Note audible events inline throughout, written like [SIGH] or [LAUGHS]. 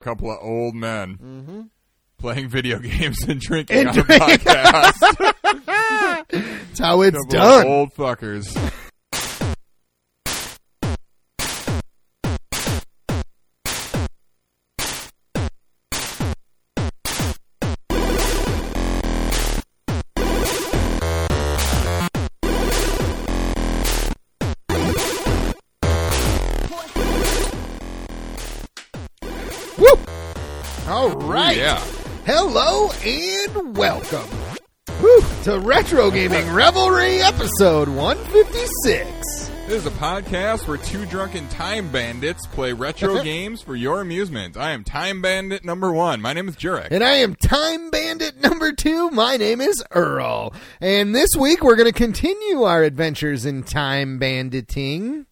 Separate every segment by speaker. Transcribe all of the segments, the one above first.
Speaker 1: couple of old men
Speaker 2: Mm-hmm.
Speaker 1: playing video [LAUGHS] games and drinking
Speaker 2: And
Speaker 1: on a
Speaker 2: drink- [LAUGHS]
Speaker 1: podcast.
Speaker 2: That's how it's
Speaker 1: couple
Speaker 2: done.
Speaker 1: Of old fuckers.
Speaker 2: Woo! All right.
Speaker 1: Yeah.
Speaker 2: Hello and welcome Woo, to Retro Gaming Revelry episode 156.
Speaker 1: This is a podcast where two drunken time bandits play
Speaker 2: [LAUGHS]
Speaker 1: retro games for your amusement. I am time bandit number one. My name is Jurek.
Speaker 2: And I am Time Bandit number two. My name is Earl. And this week we're going to continue our adventures in Time
Speaker 1: [LAUGHS]
Speaker 2: Banditing.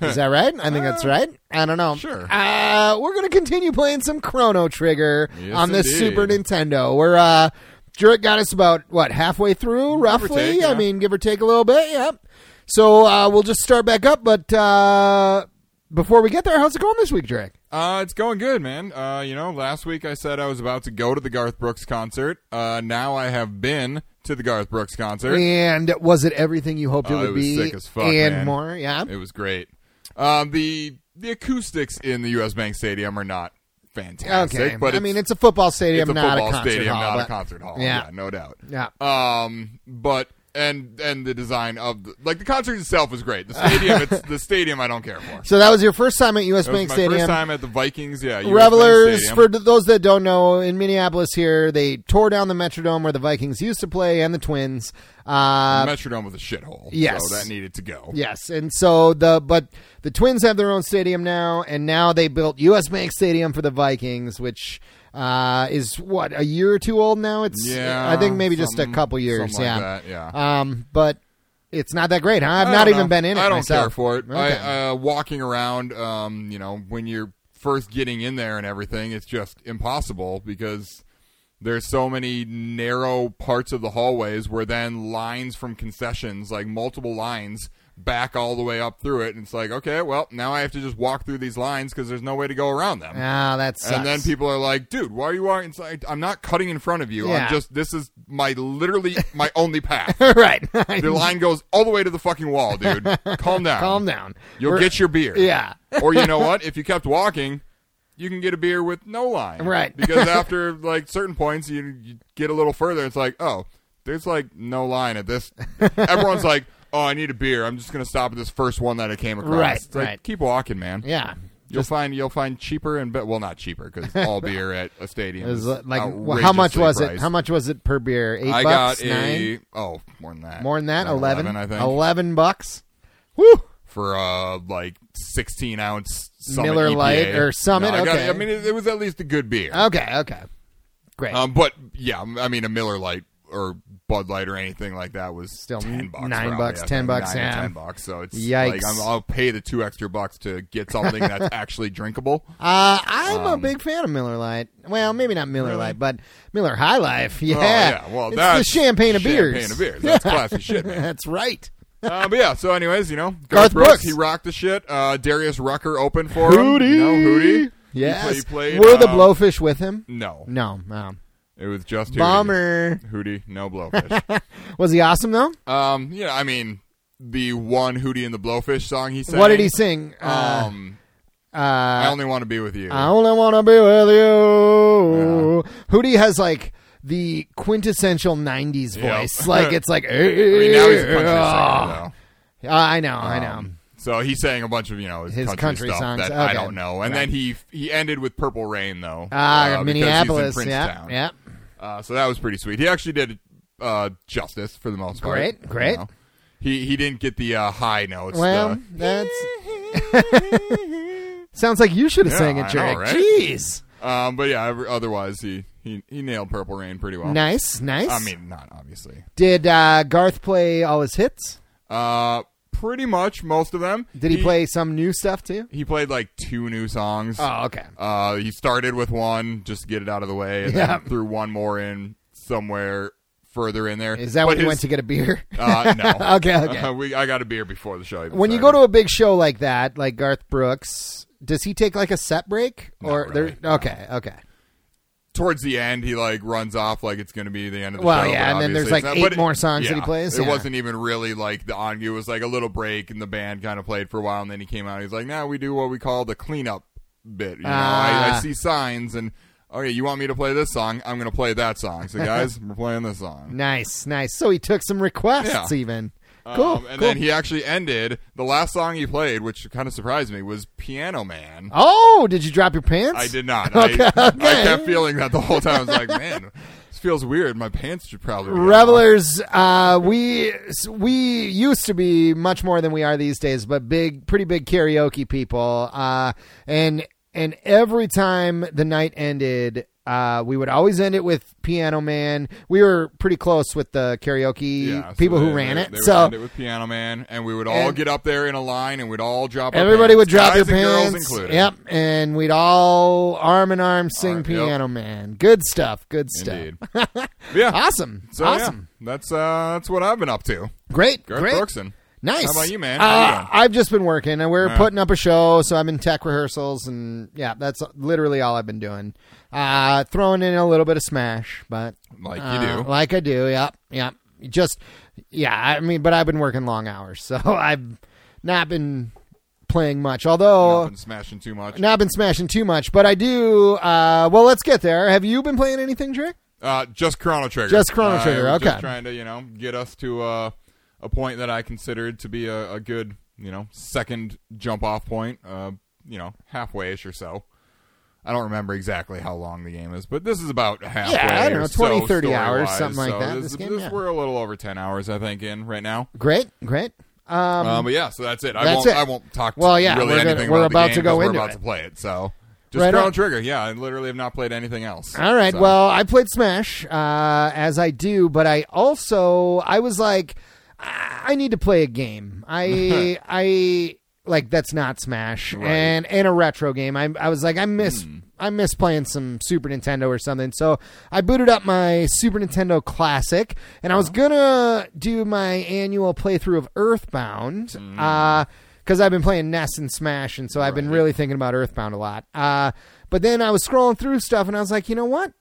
Speaker 2: Is that right? I think that's right. I don't know.
Speaker 1: Uh, sure.
Speaker 2: Uh, we're going to continue playing some Chrono Trigger
Speaker 1: Yes,
Speaker 2: on the
Speaker 1: indeed.
Speaker 2: Super Nintendo. We're uh, Jurek got us about what halfway through, roughly.
Speaker 1: take,
Speaker 2: I
Speaker 1: yeah.
Speaker 2: mean, give or take a little bit. Yep. So uh, we'll just start back up. But uh, before we get there, how's it going this week, Jurek?
Speaker 1: Uh, it's going good, man. Uh, you know, last week I said I was about to go to the Garth Brooks concert. Uh, now I have been to the Garth Brooks concert.
Speaker 2: And was it everything you hoped it
Speaker 1: Oh,
Speaker 2: would
Speaker 1: it was
Speaker 2: be?
Speaker 1: sick as fuck,
Speaker 2: and
Speaker 1: man.
Speaker 2: more. Yeah.
Speaker 1: It was great. Um, the the acoustics in the U.S. Bank Stadium are not fantastic,
Speaker 2: Okay.
Speaker 1: but
Speaker 2: I
Speaker 1: it's,
Speaker 2: mean, it's a football
Speaker 1: it's
Speaker 2: stadium,
Speaker 1: a
Speaker 2: not
Speaker 1: football
Speaker 2: a concert
Speaker 1: stadium,
Speaker 2: hall.
Speaker 1: not a
Speaker 2: but-
Speaker 1: concert hall.
Speaker 2: Yeah.
Speaker 1: Yeah. no doubt.
Speaker 2: Yeah.
Speaker 1: Um, but and and the design of the, like the concert itself was great. The stadium, it's the stadium I don't care for.
Speaker 2: So that was your first time at U.S.
Speaker 1: It was
Speaker 2: Bank
Speaker 1: my
Speaker 2: Stadium.
Speaker 1: first time at the Vikings. Yeah, US Bank
Speaker 2: Revelers,
Speaker 1: Stadium.
Speaker 2: for th- those that don't know, in Minneapolis here, they tore down the Metrodome where the Vikings used to play and the Twins. Uh,
Speaker 1: Metrodome was a shithole.
Speaker 2: Yes.
Speaker 1: so that needed to go.
Speaker 2: yes, and so the but the Twins have their own stadium now, and now they built U.S. Bank Stadium for the Vikings, which uh, is what a year or two old now. It's
Speaker 1: Yeah,
Speaker 2: I think maybe just a
Speaker 1: something-
Speaker 2: couple years,
Speaker 1: something
Speaker 2: yeah,
Speaker 1: like that, yeah.
Speaker 2: Um, but it's not that great. Huh? I've
Speaker 1: I
Speaker 2: not
Speaker 1: don't
Speaker 2: even
Speaker 1: know.
Speaker 2: been in it.
Speaker 1: I don't
Speaker 2: myself.
Speaker 1: care for it.
Speaker 2: Okay.
Speaker 1: I, uh, walking around, um, you know, when you're first getting in there and everything, it's just impossible because there's so many narrow parts of the hallways where then lines from concessions, like multiple lines, back all the way up through it, and it's like, okay, well, now I have to just walk through these lines because there's no way to go around them.
Speaker 2: Ah, that sucks.
Speaker 1: And then people are like, "Dude, why are you walking inside? I'm not cutting in front of you.
Speaker 2: Yeah.
Speaker 1: I'm just this is my literally my only path." [LAUGHS]
Speaker 2: [LAUGHS] right.
Speaker 1: The line goes all the way to the fucking wall, dude. Calm down.
Speaker 2: Calm down.
Speaker 1: You'll
Speaker 2: We're-
Speaker 1: get your beer.
Speaker 2: Yeah.
Speaker 1: or
Speaker 2: [LAUGHS]
Speaker 1: you know what? If you kept walking, you can get a beer with no line.
Speaker 2: Right.
Speaker 1: [LAUGHS]
Speaker 2: [LAUGHS]
Speaker 1: Because after like certain points, you, you get a little further. It's like, oh, there's like no line at this. Everyone's like, oh, I need a beer. I'm just gonna stop at this first one that I came across.
Speaker 2: Right,
Speaker 1: It's like,
Speaker 2: right.
Speaker 1: Keep walking, man.
Speaker 2: Yeah.
Speaker 1: You'll find you'll find cheaper and be- well, not cheaper
Speaker 2: [LAUGHS]
Speaker 1: because all beer at a stadium
Speaker 2: It was
Speaker 1: is
Speaker 2: like wh- how much
Speaker 1: outrageously
Speaker 2: was it?
Speaker 1: priced.
Speaker 2: How much was it per beer? Eight
Speaker 1: I
Speaker 2: bucks,
Speaker 1: got
Speaker 2: nine,
Speaker 1: a oh more than that
Speaker 2: more than that,
Speaker 1: Around
Speaker 2: eleven.
Speaker 1: I think
Speaker 2: eleven bucks. Woo!
Speaker 1: for a like 16 ounce Summit
Speaker 2: Miller
Speaker 1: EPA.
Speaker 2: Lite or Summit,
Speaker 1: No, I, got-
Speaker 2: okay.
Speaker 1: I mean, it, it was at least a good beer.
Speaker 2: Okay, okay, great.
Speaker 1: Um, but yeah, I mean, a Miller Light or Bud Light or anything like that was
Speaker 2: Still
Speaker 1: 10 bucks,
Speaker 2: nine
Speaker 1: probably,
Speaker 2: bucks,
Speaker 1: I
Speaker 2: 10
Speaker 1: think,
Speaker 2: bucks,
Speaker 1: nine or
Speaker 2: yeah.
Speaker 1: ten bucks. So it's
Speaker 2: Yikes.
Speaker 1: like I'm, I'll pay the two extra bucks to
Speaker 2: [LAUGHS]
Speaker 1: get something that's actually drinkable.
Speaker 2: uh, I'm
Speaker 1: um,
Speaker 2: a big fan of Miller Lite. Well, maybe not Miller Lite, but Miller High Life. Yeah,
Speaker 1: Oh, yeah, well,
Speaker 2: it's
Speaker 1: that's
Speaker 2: the champagne of beers.
Speaker 1: Champagne of beers. That's classy shit, man.
Speaker 2: [LAUGHS] That's right.
Speaker 1: Uh, but yeah, so anyways, you know, Garth,
Speaker 2: Garth
Speaker 1: Brooks,
Speaker 2: Brooks.
Speaker 1: he rocked the shit. Uh, Darius Rucker opened for him. You know, Um, Hootie. He
Speaker 2: Yes.
Speaker 1: play- he played,
Speaker 2: Were the
Speaker 1: um,
Speaker 2: Blowfish with him?
Speaker 1: No,
Speaker 2: No, no.
Speaker 1: it was just Hootie.
Speaker 2: Bomber
Speaker 1: Hootie, no
Speaker 2: [LAUGHS]
Speaker 1: blowfish.
Speaker 2: was he awesome though?
Speaker 1: Um, yeah, I mean, the one Hootie and the Blowfish song he sang.
Speaker 2: What did he sing? Uh,
Speaker 1: Um,
Speaker 2: uh,
Speaker 1: I only want to be with you.
Speaker 2: I only want to be with you. Hootie has like the quintessential '90s
Speaker 1: Yep.
Speaker 2: voice. Like it's like.
Speaker 1: [LAUGHS] I mean, now he's a
Speaker 2: [LAUGHS]
Speaker 1: country singer,
Speaker 2: Uh, I know, I
Speaker 1: though.
Speaker 2: know.
Speaker 1: Um, so he sang a bunch of you know his,
Speaker 2: His country
Speaker 1: stuff
Speaker 2: songs,
Speaker 1: that
Speaker 2: okay.
Speaker 1: I don't know, and
Speaker 2: Right.
Speaker 1: then he he ended with Purple Rain though.
Speaker 2: Ah,
Speaker 1: uh, because he's in
Speaker 2: Minneapolis. Yeah,
Speaker 1: Princetown.
Speaker 2: yeah.
Speaker 1: Uh, so that was pretty sweet. He actually did uh, justice for the most part.
Speaker 2: Great,
Speaker 1: you
Speaker 2: great.
Speaker 1: know. He he didn't get the uh, high notes.
Speaker 2: Well,
Speaker 1: the-
Speaker 2: that's
Speaker 1: [LAUGHS]
Speaker 2: sounds like you should have
Speaker 1: Yeah,
Speaker 2: sang it,
Speaker 1: I know,
Speaker 2: Jerick.
Speaker 1: right?
Speaker 2: Jeez,
Speaker 1: um, but yeah, ev- otherwise he, he he nailed Purple Rain pretty well.
Speaker 2: nice, nice.
Speaker 1: I mean, not obviously.
Speaker 2: did uh, Garth play all his hits?
Speaker 1: Uh, pretty much most of them.
Speaker 2: Did he, play some new stuff too?
Speaker 1: He played like two new songs.
Speaker 2: Oh, okay.
Speaker 1: Uh, he started with one just to get it out of the way, and
Speaker 2: Yeah.
Speaker 1: then threw one more in somewhere further in there.
Speaker 2: Is that
Speaker 1: But
Speaker 2: when you
Speaker 1: his-
Speaker 2: went to [LAUGHS] get a beer?
Speaker 1: [LAUGHS] Uh, no.
Speaker 2: [LAUGHS] Okay,
Speaker 1: [LAUGHS]
Speaker 2: okay.
Speaker 1: Uh, we, I got a beer before the show. even
Speaker 2: when you go
Speaker 1: started.
Speaker 2: to a big show like that, like Garth Brooks, does he take like a set break
Speaker 1: Not
Speaker 2: or
Speaker 1: really,
Speaker 2: there? Okay, okay.
Speaker 1: towards the end, he like runs off like it's going to be the end of the
Speaker 2: Well,
Speaker 1: show.
Speaker 2: yeah,
Speaker 1: but
Speaker 2: and then there's,
Speaker 1: obviously it's
Speaker 2: like,
Speaker 1: not- but
Speaker 2: eight more songs that he
Speaker 1: yeah,
Speaker 2: plays,
Speaker 1: It
Speaker 2: yeah.
Speaker 1: wasn't even really like the on. It was like a little break, and the band kind of played for a while, and then he came out. He's like, "Now we do what we call the cleanup bit." You know, I, I
Speaker 2: Ah.
Speaker 1: see signs, and okay, you want me to play this song? I'm going to play that song. So,
Speaker 2: [LAUGHS]
Speaker 1: guys, we're playing this song.
Speaker 2: Nice, nice. So he took some requests
Speaker 1: Yeah.
Speaker 2: even.
Speaker 1: Um,
Speaker 2: Cool.
Speaker 1: and
Speaker 2: cool.
Speaker 1: then he actually ended the last song he played, which kind of surprised me, was "Piano Man."
Speaker 2: oh, did you drop your pants?
Speaker 1: I did not.
Speaker 2: Okay,
Speaker 1: I,
Speaker 2: okay.
Speaker 1: I kept feeling that the whole time. I was like, "Man, this feels weird. My pants should
Speaker 2: [LAUGHS]
Speaker 1: probably be off."
Speaker 2: Revelers, uh, we we used to be much more than we are these days, but big, pretty big karaoke people. Uh, and and every time the night ended, uh, we would always end it with Piano Man. We were pretty close with the karaoke
Speaker 1: Yeah, so
Speaker 2: people
Speaker 1: they-
Speaker 2: who ran
Speaker 1: they-
Speaker 2: it.
Speaker 1: They would
Speaker 2: so
Speaker 1: end it with Piano Man, and we would all
Speaker 2: And-
Speaker 1: get up there in a line, and we'd all drop. our
Speaker 2: everybody
Speaker 1: pants,
Speaker 2: would drop
Speaker 1: guys
Speaker 2: their
Speaker 1: and
Speaker 2: pants.
Speaker 1: girls included.
Speaker 2: Yep, and we'd all arm in arm sing
Speaker 1: Arm- yep.
Speaker 2: Piano Man. Good stuff. Good stuff.
Speaker 1: indeed. yeah,
Speaker 2: [LAUGHS] Awesome.
Speaker 1: So, yeah,
Speaker 2: Ah, awesome.
Speaker 1: that's uh, that's what I've been up to.
Speaker 2: Great.
Speaker 1: Garth
Speaker 2: great.
Speaker 1: Brookston.
Speaker 2: Nice.
Speaker 1: How about you, man?
Speaker 2: Uh,
Speaker 1: How you doing?
Speaker 2: I've just been working, and we're
Speaker 1: Yeah.
Speaker 2: putting up a show, so I'm in tech rehearsals, and yeah, that's literally all I've been doing. Uh, throwing in a little bit of Smash, but
Speaker 1: Like you
Speaker 2: uh,
Speaker 1: do.
Speaker 2: like I do. Yep, yep. Just yeah, I mean, but I've been working long hours, [LAUGHS] so I've not been playing much. Although
Speaker 1: Not been smashing too much.
Speaker 2: not been smashing too much, but I do. Uh, well, let's get there. Have you been playing anything, Drake?
Speaker 1: Uh, just Chrono Trigger.
Speaker 2: Just Chrono
Speaker 1: I
Speaker 2: Trigger,
Speaker 1: was
Speaker 2: okay.
Speaker 1: Just trying to you know get us to uh, a point that I considered to be a, a good you know second jump off point. Uh, you know halfway ish or so. I don't remember exactly how long the game is, but this is about halfway.
Speaker 2: I don't know,
Speaker 1: or so
Speaker 2: 20, 30 hours,
Speaker 1: story-wise.
Speaker 2: something like
Speaker 1: So
Speaker 2: that,
Speaker 1: This,
Speaker 2: this game, yeah.
Speaker 1: we're a little over ten hours, I think, in right now.
Speaker 2: Great, great. Um,
Speaker 1: Uh, but yeah, so that's it. I
Speaker 2: that's
Speaker 1: won't.
Speaker 2: it.
Speaker 1: I won't talk.
Speaker 2: Well, yeah,
Speaker 1: really
Speaker 2: we're gonna-
Speaker 1: anything
Speaker 2: we're
Speaker 1: about,
Speaker 2: about
Speaker 1: the
Speaker 2: to
Speaker 1: game
Speaker 2: go
Speaker 1: 'cause we're
Speaker 2: into
Speaker 1: about
Speaker 2: it.
Speaker 1: to play it. So just
Speaker 2: Right
Speaker 1: Chrono
Speaker 2: on.
Speaker 1: Trigger. Yeah, I literally have not played anything else.
Speaker 2: All right.
Speaker 1: So-
Speaker 2: Well, I played Smash uh, as I do, but I also I was like, I I need to play a game.
Speaker 1: [LAUGHS]
Speaker 2: I I like that's not Smash
Speaker 1: Right.
Speaker 2: and and a retro game. I I was like I miss. I miss playing some Super Nintendo or something. So I booted up my Super Nintendo Classic and I was going to do my annual playthrough of Earthbound. Uh, because I've been playing NES and Smash, and so I've been really thinking about Earthbound a lot. Uh, but then I was scrolling through stuff, and I was like, you know what?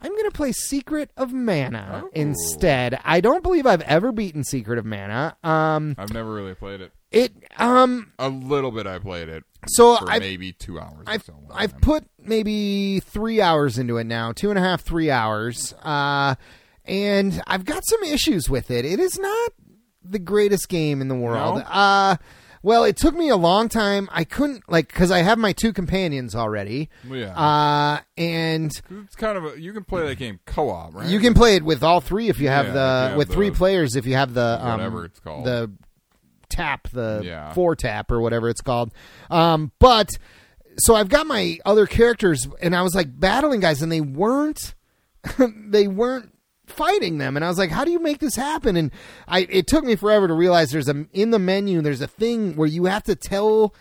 Speaker 2: I'm going to play Secret of Mana instead. I don't believe I've ever beaten Secret of Mana. Um,
Speaker 1: I've never really played it.
Speaker 2: it um,
Speaker 1: A little bit. I played it.
Speaker 2: so
Speaker 1: for
Speaker 2: I've
Speaker 1: maybe two hours. or
Speaker 2: I've
Speaker 1: so one
Speaker 2: I've
Speaker 1: time.
Speaker 2: put maybe three hours into it now, two and a half, three hours, uh, and I've got some issues with it. It is not the greatest game in the world.
Speaker 1: No?
Speaker 2: Uh, well, it took me a long time. I couldn't like because I have my two companions already,
Speaker 1: Well, yeah.
Speaker 2: uh, and
Speaker 1: 'Cause it's kind of a, you can play that game co-op, right?
Speaker 2: you can play it with all three if you have
Speaker 1: Yeah,
Speaker 2: the
Speaker 1: if you
Speaker 2: with
Speaker 1: have
Speaker 2: three
Speaker 1: the-
Speaker 2: players if you have the um,
Speaker 1: Whatever it's called.
Speaker 2: the tap the
Speaker 1: Yeah.
Speaker 2: four tap or whatever it's called. Um, but so I've got my other characters and I was like battling guys and they weren't [LAUGHS] they weren't fighting them and I was like how do you make this happen and I it took me forever to realize there's a in the menu there's a thing where you have to tell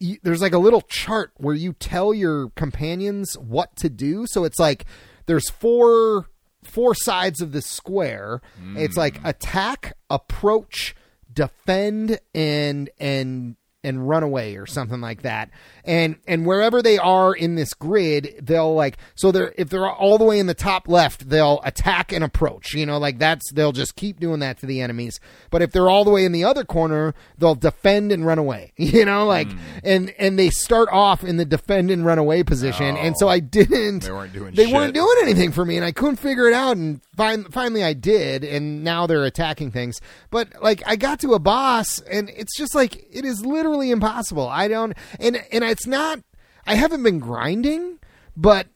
Speaker 2: you, there's like a little chart where you tell your companions what to do. So it's like there's four four sides of this square. It's like attack, approach, defend, and and and run away or something like that. And and wherever they are in this grid, they'll like so they're if they're all the way in the top left, they'll attack and approach. You know, like that's they'll just keep doing that to the enemies. But if they're all the way in the other corner, they'll defend and run away. [LAUGHS] You know, like
Speaker 1: Hmm.
Speaker 2: and and they start off in the defend and run away position. And so I
Speaker 1: Oh.
Speaker 2: didn't
Speaker 1: They weren't doing
Speaker 2: they
Speaker 1: shit.
Speaker 2: weren't doing anything for me and I couldn't figure it out and fin- finally I did and now they're attacking things. But like I got to a boss and it's just like it is literally impossible. I don't and and it's not I haven't been grinding, but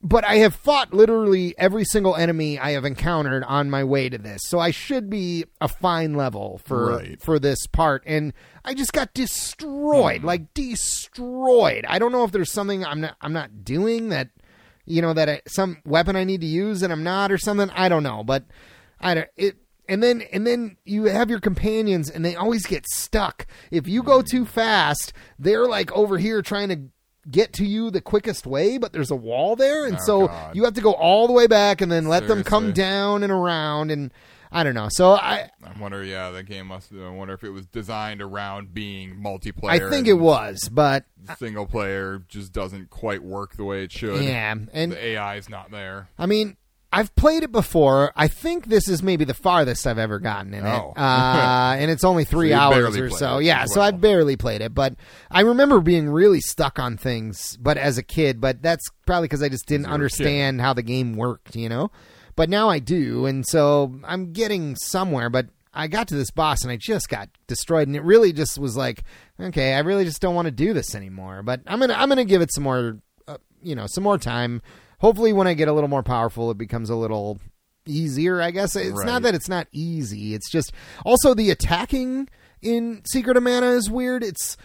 Speaker 2: but I have fought literally every single enemy I have encountered on my way to this. So I should be a fine level for
Speaker 1: Right.
Speaker 2: for this part and I just got
Speaker 1: Mm-hmm.
Speaker 2: destroyed, like destroyed. I don't know if there's something I'm not I'm not doing that you know that I, some weapon I need to use and I'm not or something. I don't know, but I don't it. And then and then you have your companions and they always get stuck. If you go
Speaker 1: Mm-hmm.
Speaker 2: too fast, they're like over here trying to get to you the quickest way, but there's a wall there, and
Speaker 1: Oh,
Speaker 2: so
Speaker 1: God.
Speaker 2: you have to go all the way back and then let them come
Speaker 1: Seriously.
Speaker 2: down and around and. I don't know. So I
Speaker 1: I wonder. Yeah, that game must. I wonder if it was designed around being multiplayer.
Speaker 2: I think it
Speaker 1: and
Speaker 2: was, but
Speaker 1: Single player just doesn't quite work the way it should.
Speaker 2: yeah, and
Speaker 1: The AI is not there.
Speaker 2: I mean, I've played it before. I think this is maybe the farthest I've ever gotten in
Speaker 1: Oh. [LAUGHS]
Speaker 2: it, uh, and it's only three
Speaker 1: you
Speaker 2: hours
Speaker 1: barely
Speaker 2: or
Speaker 1: played
Speaker 2: so.
Speaker 1: it
Speaker 2: Yeah,
Speaker 1: as
Speaker 2: so I
Speaker 1: well.
Speaker 2: barely played it, but I remember being really stuck on things. But as a kid, but that's probably because I just didn't
Speaker 1: you were a kid.
Speaker 2: understand how the game worked, you know. But now I do, and so I'm getting somewhere. But I got to this boss and I just got destroyed, and it really just was like, okay, I really just don't want to do this anymore. But I'm gonna I'm gonna give it some more uh, you know some more time. Hopefully, when I get a little more powerful, it becomes a little easier. I guess it's not
Speaker 1: Right.
Speaker 2: that it's not easy. It's just also the attacking in Secret of Mana is weird. It's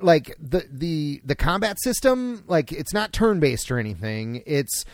Speaker 2: like the the the combat system like it's not turn based or anything. It's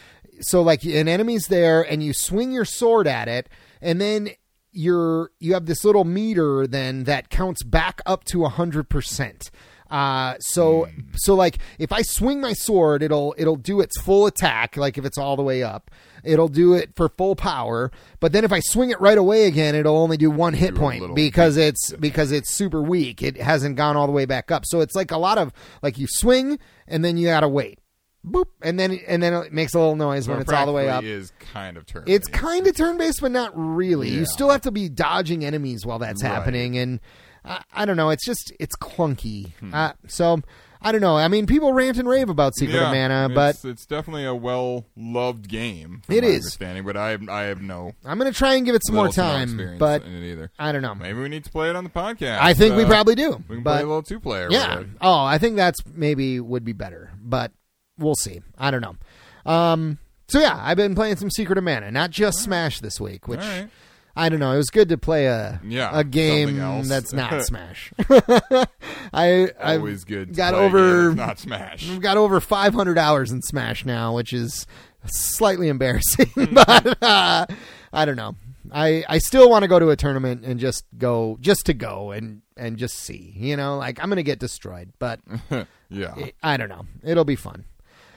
Speaker 2: so like an enemy's there and you swing your sword at it and then you're you have this little meter then that counts back up to a hundred percent. Uh, so
Speaker 1: Hmm.
Speaker 2: so like if I swing my sword, it'll it'll do its full attack. Like if it's all the way up, it'll do it for full power. But then if I swing it right away again, it'll only do one hit
Speaker 1: Do a
Speaker 2: point
Speaker 1: little
Speaker 2: because it's because it's super weak. It hasn't gone all the way back up. So it's like a lot of like you swing and then you gotta wait, boop, and then and then it makes a little noise when
Speaker 1: So
Speaker 2: it's all the way up.
Speaker 1: practically Is kind of turn.
Speaker 2: It's kind of turn based, but not really. You
Speaker 1: Yeah.
Speaker 2: still have to be dodging enemies while that's
Speaker 1: Right.
Speaker 2: happening, and I, I don't know. It's just it's clunky.
Speaker 1: Hmm.
Speaker 2: Uh, so I don't know. I mean, people rant and rave about Secret of Mana, but
Speaker 1: it's, it's definitely a well loved game. From
Speaker 2: It
Speaker 1: my
Speaker 2: is.
Speaker 1: understanding, but I have, I have no
Speaker 2: I'm gonna try and give it some more
Speaker 1: little to no
Speaker 2: time.
Speaker 1: experience
Speaker 2: But
Speaker 1: in it either.
Speaker 2: I don't know.
Speaker 1: Maybe we need to play it on the podcast.
Speaker 2: I think we
Speaker 1: Uh,
Speaker 2: probably do.
Speaker 1: we can
Speaker 2: but
Speaker 1: play a little two player.
Speaker 2: yeah. Oh, I think that's maybe would be better, but we'll see. I don't know. Um. So yeah, I've been playing some Secret of Mana, not just Smash this week, which.
Speaker 1: All right.
Speaker 2: I don't know. It was good to play a
Speaker 1: Yeah,
Speaker 2: a game
Speaker 1: something else. [LAUGHS]
Speaker 2: that's not Smash. [LAUGHS] I I
Speaker 1: Always good. To
Speaker 2: got
Speaker 1: play a game
Speaker 2: over-
Speaker 1: that's not
Speaker 2: [LAUGHS]
Speaker 1: Smash. [LAUGHS]
Speaker 2: I've got over 500 hours in Smash now, which is slightly embarrassing. [LAUGHS] but uh, I don't know. I, I still want to go to a tournament and just go just to go and and just see. You know, like I'm gonna get destroyed, but
Speaker 1: Yeah.
Speaker 2: I- I don't know. It'll be fun.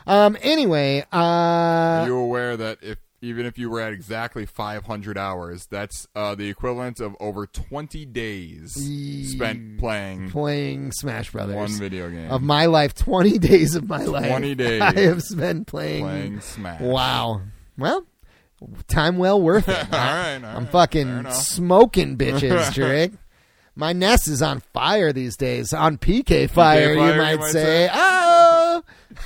Speaker 2: Um. Anyway. Uh.
Speaker 1: Are you aware that if even if you were at exactly 500 hours, that's uh, the equivalent of over 20 days spent playing
Speaker 2: playing Smash Brothers.
Speaker 1: one video game.
Speaker 2: of my life, 20 days of my life.
Speaker 1: 20 days.
Speaker 2: [LAUGHS] I have spent playing.
Speaker 1: playing Smash. [LAUGHS]
Speaker 2: Wow. Well, time well worth it.
Speaker 1: [LAUGHS] all right. all
Speaker 2: I'm
Speaker 1: right. Fair
Speaker 2: fucking
Speaker 1: enough. [LAUGHS]
Speaker 2: smoking bitches, Drake. My nest is on fire these days. On PK fire,
Speaker 1: fire,
Speaker 2: you, might say. Oh!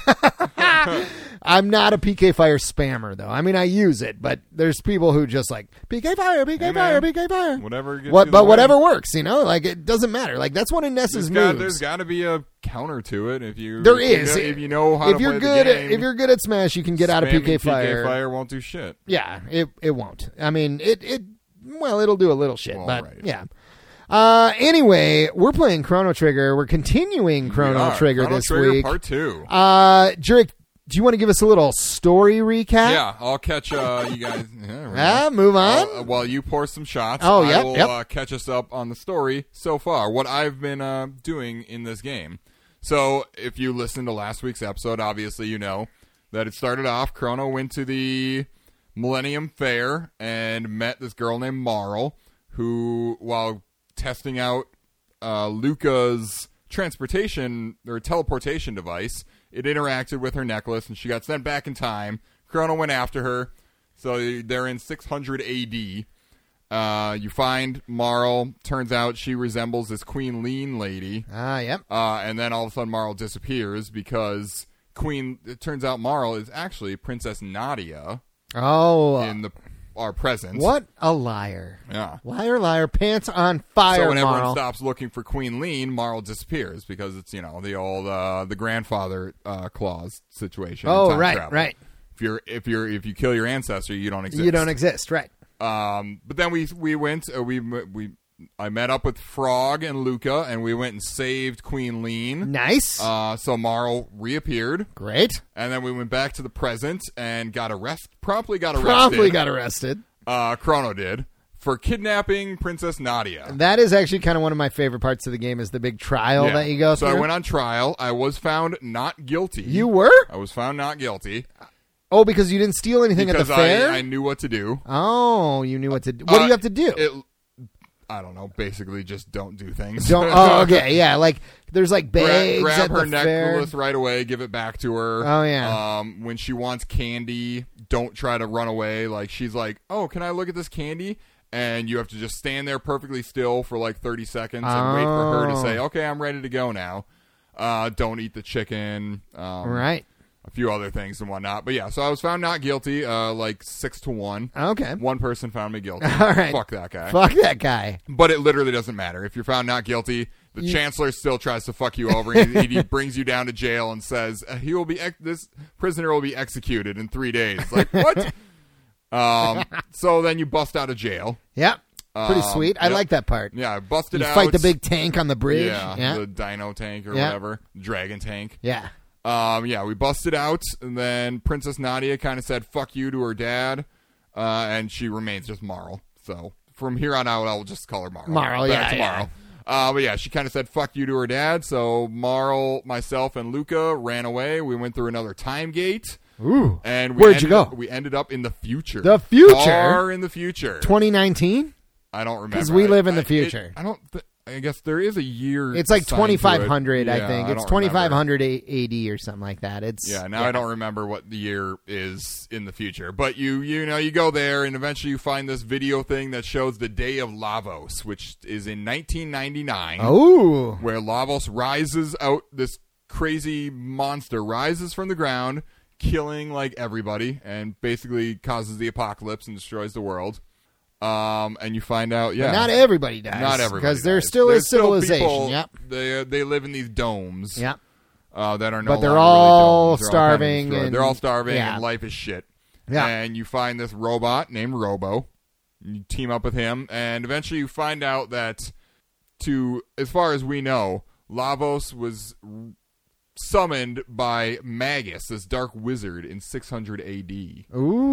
Speaker 2: [LAUGHS] I'm not a PK fire spammer, though. I mean, I use it, but there's people who just like, PK fire, PK
Speaker 1: Hey,
Speaker 2: fire,
Speaker 1: man.
Speaker 2: PK fire.
Speaker 1: Whatever. Gets
Speaker 2: What,
Speaker 1: you the
Speaker 2: but
Speaker 1: win.
Speaker 2: whatever works, you know? Like, it doesn't matter. Like, that's one of Ness's
Speaker 1: There's got,
Speaker 2: moves.
Speaker 1: there's got to be a counter to it if you.
Speaker 2: There
Speaker 1: if you
Speaker 2: is.
Speaker 1: know- if you know how
Speaker 2: if
Speaker 1: to
Speaker 2: you're
Speaker 1: play
Speaker 2: good
Speaker 1: the
Speaker 2: at,
Speaker 1: game,
Speaker 2: if you're good at smash you can get out of
Speaker 1: spamming
Speaker 2: pk fire.
Speaker 1: fire won't do shit.
Speaker 2: yeah it it won't i mean it it well it'll do a little shit
Speaker 1: Well,
Speaker 2: but
Speaker 1: right.
Speaker 2: yeah uh anyway we're playing chrono trigger we're continuing chrono
Speaker 1: Yeah,
Speaker 2: trigger
Speaker 1: Chrono
Speaker 2: this
Speaker 1: Trigger
Speaker 2: week
Speaker 1: Part two.
Speaker 2: uh Jerick, do you want to give us a little story recap
Speaker 1: yeah, I'll catch uh, you guys. [LAUGHS] Yeah, right.
Speaker 2: Ah, move on
Speaker 1: I'll- uh, while you pour some shots,
Speaker 2: Oh,
Speaker 1: I
Speaker 2: yep,
Speaker 1: will
Speaker 2: yep.
Speaker 1: Uh, catch us up on the story so far, what I've been uh, doing in this game. So, if you listened to last week's episode, obviously you know that it started off. Chrono went to the Millennium Fair and met this girl named Marl, who, while testing out uh, Luca's transportation or teleportation device, it interacted with her necklace and she got sent back in time. Chrono went after her. So they're in 600 AD. Uh, you find Marl. Turns out she resembles this Queen Lean lady.
Speaker 2: ah yep
Speaker 1: Uh, and then all of a sudden, Marl disappears because Queen. It turns out Marl is actually Princess Nadia
Speaker 2: oh
Speaker 1: in the our presence.
Speaker 2: what a liar
Speaker 1: Yeah.
Speaker 2: liar liar pants on fire
Speaker 1: so when everyone
Speaker 2: Marl.
Speaker 1: stops looking for Queen Lean, Marl disappears because it's you know the old uh, the grandfather uh, clause situation. in
Speaker 2: Oh,
Speaker 1: time
Speaker 2: right,
Speaker 1: travel.
Speaker 2: right.
Speaker 1: If you're if you're if you kill your ancestor, you don't exist.
Speaker 2: you don't exist right
Speaker 1: Um, but then we we went uh, we we I met up with Frog and Luca, and we went and saved Queen Lean.
Speaker 2: nice
Speaker 1: Uh, so Marl reappeared,
Speaker 2: great
Speaker 1: and then we went back to the present and got arrested. Promptly got arrested.
Speaker 2: probably got arrested
Speaker 1: uh, Chrono did for kidnapping Princess Nadia.
Speaker 2: That is actually kind of one of my favorite parts of the game is the big trial
Speaker 1: Yeah.
Speaker 2: that you go
Speaker 1: so
Speaker 2: through.
Speaker 1: I went on trial. I was found not guilty.
Speaker 2: you were
Speaker 1: I was found not guilty.
Speaker 2: Oh, because you didn't steal anything
Speaker 1: because
Speaker 2: at the fair.
Speaker 1: I, I knew what to do.
Speaker 2: oh, you knew what to. do. What do
Speaker 1: Uh,
Speaker 2: you have to do?
Speaker 1: It, I don't know. Basically, just don't do things. [LAUGHS]
Speaker 2: Don't. Oh, okay, yeah. Like there's like
Speaker 1: Gra-
Speaker 2: bags
Speaker 1: grab
Speaker 2: at
Speaker 1: her
Speaker 2: the fair.
Speaker 1: necklace right away. Give it back to her.
Speaker 2: Oh, yeah.
Speaker 1: Um, when she wants candy, don't try to run away. Like she's like, "Oh, can I look at this candy?" And you have to just stand there perfectly still for like thirty seconds and wait for her to
Speaker 2: Oh.
Speaker 1: say, "Okay, I'm ready to go now." Uh, don't eat the chicken. Um,
Speaker 2: Right.
Speaker 1: A few other things and whatnot. But yeah, so I was found not guilty. Uh, like six to one.
Speaker 2: Okay.
Speaker 1: One person found me guilty.
Speaker 2: [LAUGHS] All right.
Speaker 1: Fuck that guy.
Speaker 2: Fuck that guy.
Speaker 1: But it literally doesn't matter. If you're found not guilty, the chancellor still tries to fuck you over. and he, he
Speaker 2: [LAUGHS]
Speaker 1: brings you down to jail and says uh, he will be ex- this prisoner will be executed in three days. Like
Speaker 2: [LAUGHS]
Speaker 1: what? um, so then you bust out of jail.
Speaker 2: Yep. Pretty
Speaker 1: Um,
Speaker 2: sweet. I
Speaker 1: yep.
Speaker 2: like that part.
Speaker 1: Yeah, I busted
Speaker 2: You
Speaker 1: out.
Speaker 2: fight the big tank on the bridge.
Speaker 1: yeah,
Speaker 2: Yeah.
Speaker 1: the dino tank or
Speaker 2: Yeah.
Speaker 1: whatever, dragon tank.
Speaker 2: yeah.
Speaker 1: Um, yeah, we busted out, and then Princess Nadia kind of said "fuck you" to her dad, uh, and she remains just Marl. So from here on out, I'll just call her Marl.
Speaker 2: Marl,
Speaker 1: Back
Speaker 2: yeah,
Speaker 1: to
Speaker 2: yeah.
Speaker 1: Marl. Uh, but yeah, she kind of said "fuck you" to her dad. So Marl, myself, and Luca ran away. We went through another time gate,
Speaker 2: Ooh.
Speaker 1: and we
Speaker 2: Where'd
Speaker 1: ended
Speaker 2: you go?
Speaker 1: Up, we ended up in the future.
Speaker 2: The future?
Speaker 1: Far in the future.
Speaker 2: 2019.
Speaker 1: I don't remember
Speaker 2: 'Cause we
Speaker 1: I-
Speaker 2: live in the
Speaker 1: I- it-
Speaker 2: future.
Speaker 1: I don't. Th- I guess there is a year.
Speaker 2: It's like
Speaker 1: assigned to it.
Speaker 2: 2500. I
Speaker 1: Yeah,
Speaker 2: think it's
Speaker 1: don't remember.
Speaker 2: 2500 AD or something like that. It's
Speaker 1: Yeah, now I don't remember what the year is in the future, but you you know you go there and eventually you find this video thing that shows the day of Lavos, which is in 1999,
Speaker 2: Oh.
Speaker 1: where Lavos rises out. This crazy monster rises from the ground, killing like everybody, and basically causes the apocalypse and destroys the world. Um, and you find out, yeah,
Speaker 2: Not everybody dies.
Speaker 1: not everybody,
Speaker 2: Because there
Speaker 1: dies.
Speaker 2: still
Speaker 1: There's
Speaker 2: is civilization.
Speaker 1: people-
Speaker 2: yep.
Speaker 1: they they live in these domes
Speaker 2: Yep.
Speaker 1: uh, that are no
Speaker 2: But they're
Speaker 1: longer
Speaker 2: all
Speaker 1: really domes. They're all kind of
Speaker 2: starving
Speaker 1: destroyed.
Speaker 2: and-
Speaker 1: they're all starving
Speaker 2: yeah.
Speaker 1: and life is shit.
Speaker 2: Yeah.
Speaker 1: And you find this robot named Robo. You team up with him, and eventually you find out that, to as far as we know, Lavos was r- summoned by Magus, this dark wizard, in 600 A.D.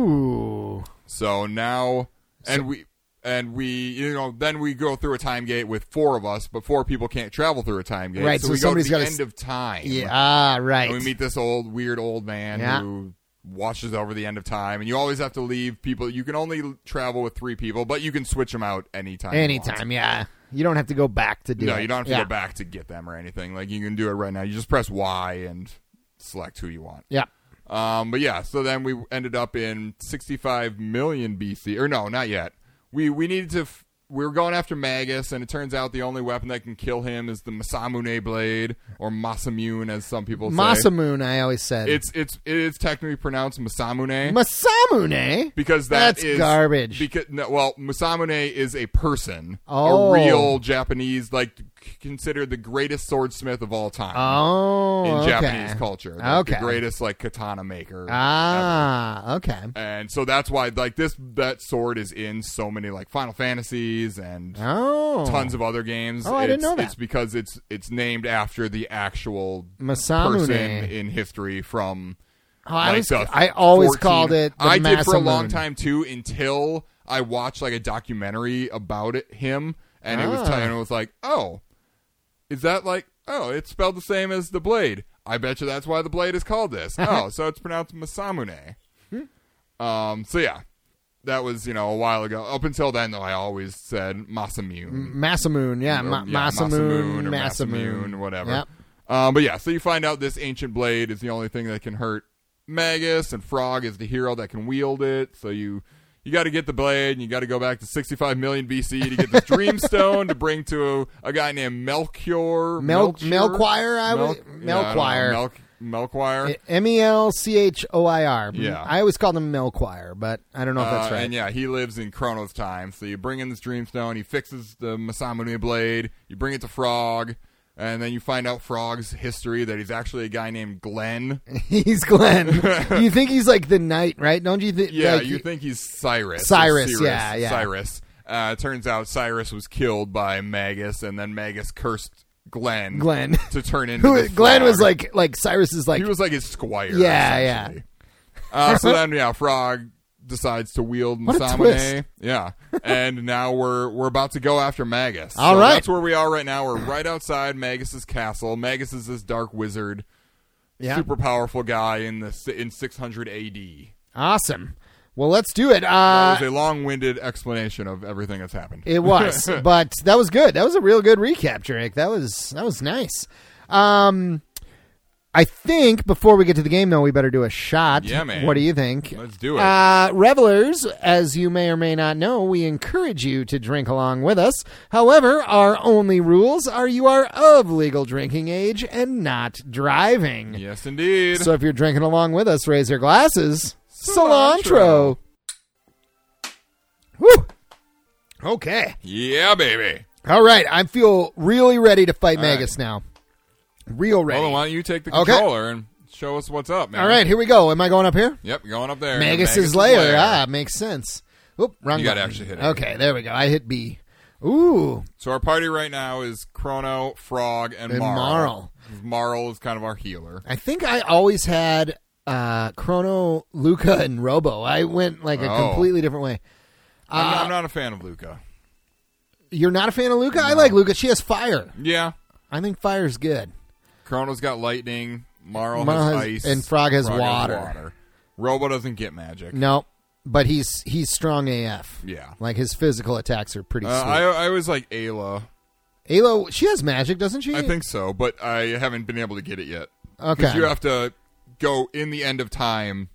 Speaker 2: Ooh.
Speaker 1: So now, and we. And we, you know, then we go through a time gate with four of us, but four people can't travel through a time gate.
Speaker 2: Right,
Speaker 1: so,
Speaker 2: so
Speaker 1: we go to
Speaker 2: somebody's
Speaker 1: the
Speaker 2: gotta
Speaker 1: end
Speaker 2: s-
Speaker 1: of time.
Speaker 2: Yeah. Ah, right.
Speaker 1: And we meet this old, weird old man
Speaker 2: Yeah.
Speaker 1: who watches over the end of time. And you always have to leave people. You can only l- travel with three people, but you can switch them out anytime. you want.
Speaker 2: Anytime. Yeah. You don't have to go back to do
Speaker 1: No,
Speaker 2: it.
Speaker 1: you don't have to
Speaker 2: Yeah.
Speaker 1: go back to get them or anything. Like, you can do it right now. You just press Y and select who you want.
Speaker 2: Yeah.
Speaker 1: Um, but yeah, so then we ended up in 65 million BC, or no, not yet. We we needed to. F- we were going after Magus, and it turns out the only weapon that can kill him is the Masamune blade, or Masamune, as some people say.
Speaker 2: Masamune, I always said.
Speaker 1: It's it's it is technically pronounced Masamune
Speaker 2: Masamune.
Speaker 1: because that
Speaker 2: That's
Speaker 1: is-
Speaker 2: garbage.
Speaker 1: Because no, well, Masamune is a person,
Speaker 2: Oh.
Speaker 1: a real Japanese, like c- considered the greatest swordsmith of all time
Speaker 2: oh.
Speaker 1: in
Speaker 2: okay.
Speaker 1: Japanese culture. Like, the
Speaker 2: Okay.
Speaker 1: greatest like katana maker.
Speaker 2: Ah. Okay.
Speaker 1: And so that's why like this that sword is in so many like Final Fantasies and
Speaker 2: Oh.
Speaker 1: tons of other games.
Speaker 2: Oh, I didn't
Speaker 1: it's,
Speaker 2: know that.
Speaker 1: It's because it's it's named after the actual person
Speaker 2: Masamune.
Speaker 1: in history from
Speaker 2: Oh, I,
Speaker 1: like
Speaker 2: was,
Speaker 1: the
Speaker 2: I always
Speaker 1: 14
Speaker 2: called it. The
Speaker 1: I did for a long
Speaker 2: Masamune.
Speaker 1: time too, until I watched like a documentary about it, him, and it was
Speaker 2: Ah.
Speaker 1: telling, and it was like, oh, is that like, oh, it's spelled the same as the blade. I bet you that's why the blade is called
Speaker 2: [LAUGHS]
Speaker 1: this. oh, so it's pronounced Masamune.
Speaker 2: Hmm.
Speaker 1: um, so yeah, that was you know a while ago. Up until then, though, I always said Masamune.
Speaker 2: Masamune, yeah,
Speaker 1: Or,
Speaker 2: Ma-
Speaker 1: yeah,
Speaker 2: Masamune,
Speaker 1: or
Speaker 2: Masamune,
Speaker 1: Masamune, whatever.
Speaker 2: Yep.
Speaker 1: Um, but yeah, so you find out this ancient blade is the only thing that can hurt Magus, and Frog is the hero that can wield it. So you you got to get the blade, and you got to go back to 65 million BC to get the Dream [LAUGHS] Stone to bring to a, guy named Melchior.
Speaker 2: Mel
Speaker 1: Melchior?
Speaker 2: Melchior, I was
Speaker 1: yeah, I don't know,
Speaker 2: Melchior,
Speaker 1: Mel- Melchior.
Speaker 2: M E L C H O I R.
Speaker 1: Yeah.
Speaker 2: I always called him Melchior, but I don't know if Oh, that's
Speaker 1: Uh,
Speaker 2: right.
Speaker 1: And yeah, he lives in Chrono's time. So you bring in this Dreamstone, he fixes the Masamune blade, you bring it to Frog, and then you find out Frog's history that he's actually a guy named Glenn.
Speaker 2: [LAUGHS]
Speaker 1: [LAUGHS]
Speaker 2: he's Glenn. you think he's like the knight, right? Don't you think?
Speaker 1: Yeah,
Speaker 2: like,
Speaker 1: you think he's Cyrus. or
Speaker 2: Cyrus, yeah, yeah.
Speaker 1: Cyrus. Uh, turns out Cyrus was killed by Magus, and then Magus cursed Glenn.
Speaker 2: [LAUGHS] Glenn? [LAUGHS]
Speaker 1: To turn into.
Speaker 2: Who?
Speaker 1: this
Speaker 2: Glenn was
Speaker 1: frog.
Speaker 2: like like Cyrus is like
Speaker 1: He was like his squire.
Speaker 2: Yeah, yeah.
Speaker 1: essentially. Uh, so then, yeah, Frog decides to wield
Speaker 2: a twist.
Speaker 1: Masamune. Yeah, and now we're we're about to go after Magus.
Speaker 2: All
Speaker 1: so
Speaker 2: right.
Speaker 1: that's where we are right now. We're right outside Magus's castle. Magus is this dark wizard,
Speaker 2: yeah.
Speaker 1: super powerful guy in the in 600 A.D.
Speaker 2: Awesome. Well, let's do it.
Speaker 1: That
Speaker 2: Uh,
Speaker 1: was a long-winded explanation of everything that's happened.
Speaker 2: It was,
Speaker 1: [LAUGHS]
Speaker 2: but that was good. That was a real good recap, Drake. That was that was nice. Um, I think before we get to the game, though, we better do a shot.
Speaker 1: Yeah, man.
Speaker 2: What do you think?
Speaker 1: Let's do it.
Speaker 2: Uh, revelers, as you may or may not know, we encourage you to drink along with us. However, our only rules are you are of legal drinking age and not driving.
Speaker 1: yes, indeed.
Speaker 2: So if you're drinking along with us, raise your glasses. Cilantro.
Speaker 1: Cilantro.
Speaker 2: Woo. Okay.
Speaker 1: yeah, baby.
Speaker 2: All right. I feel really ready to fight
Speaker 1: All right.
Speaker 2: Magus now. Real ready.
Speaker 1: Well, why don't you take the
Speaker 2: Okay.
Speaker 1: controller and show us what's up, man?
Speaker 2: All right. Here we go. Am I going up here?
Speaker 1: Yep, going up there.
Speaker 2: Magus's,
Speaker 1: Magus'
Speaker 2: lair. Ah, makes sense. Oop, wrong
Speaker 1: You gotta
Speaker 2: button.
Speaker 1: actually hit it.
Speaker 2: Okay. There we go. I hit B. Ooh.
Speaker 1: So our party right now is Chrono, Frog, and,
Speaker 2: And
Speaker 1: Marl. Marl is kind of our healer.
Speaker 2: I think I always had uh Chrono, Luca, and Robo. I went like a
Speaker 1: Oh.
Speaker 2: completely different way. Uh,
Speaker 1: I'm, not, I'm not a fan of Luca.
Speaker 2: You're not a fan of Luca? I like Luca. She has fire.
Speaker 1: Yeah,
Speaker 2: I think fire's good.
Speaker 1: Chrono's got lightning. Marl,
Speaker 2: Marl
Speaker 1: has,
Speaker 2: has-
Speaker 1: ice,
Speaker 2: and Frog has water.
Speaker 1: Robo doesn't get magic.
Speaker 2: No, but he's he's strong AF.
Speaker 1: Yeah,
Speaker 2: Like his physical attacks are pretty
Speaker 1: uh,
Speaker 2: sweet.
Speaker 1: I I was like Ayla.
Speaker 2: Alo, she has magic, doesn't she?
Speaker 1: I think so, but I haven't been able to get it yet. 'Cause
Speaker 2: Okay.
Speaker 1: you have to go in the end of time.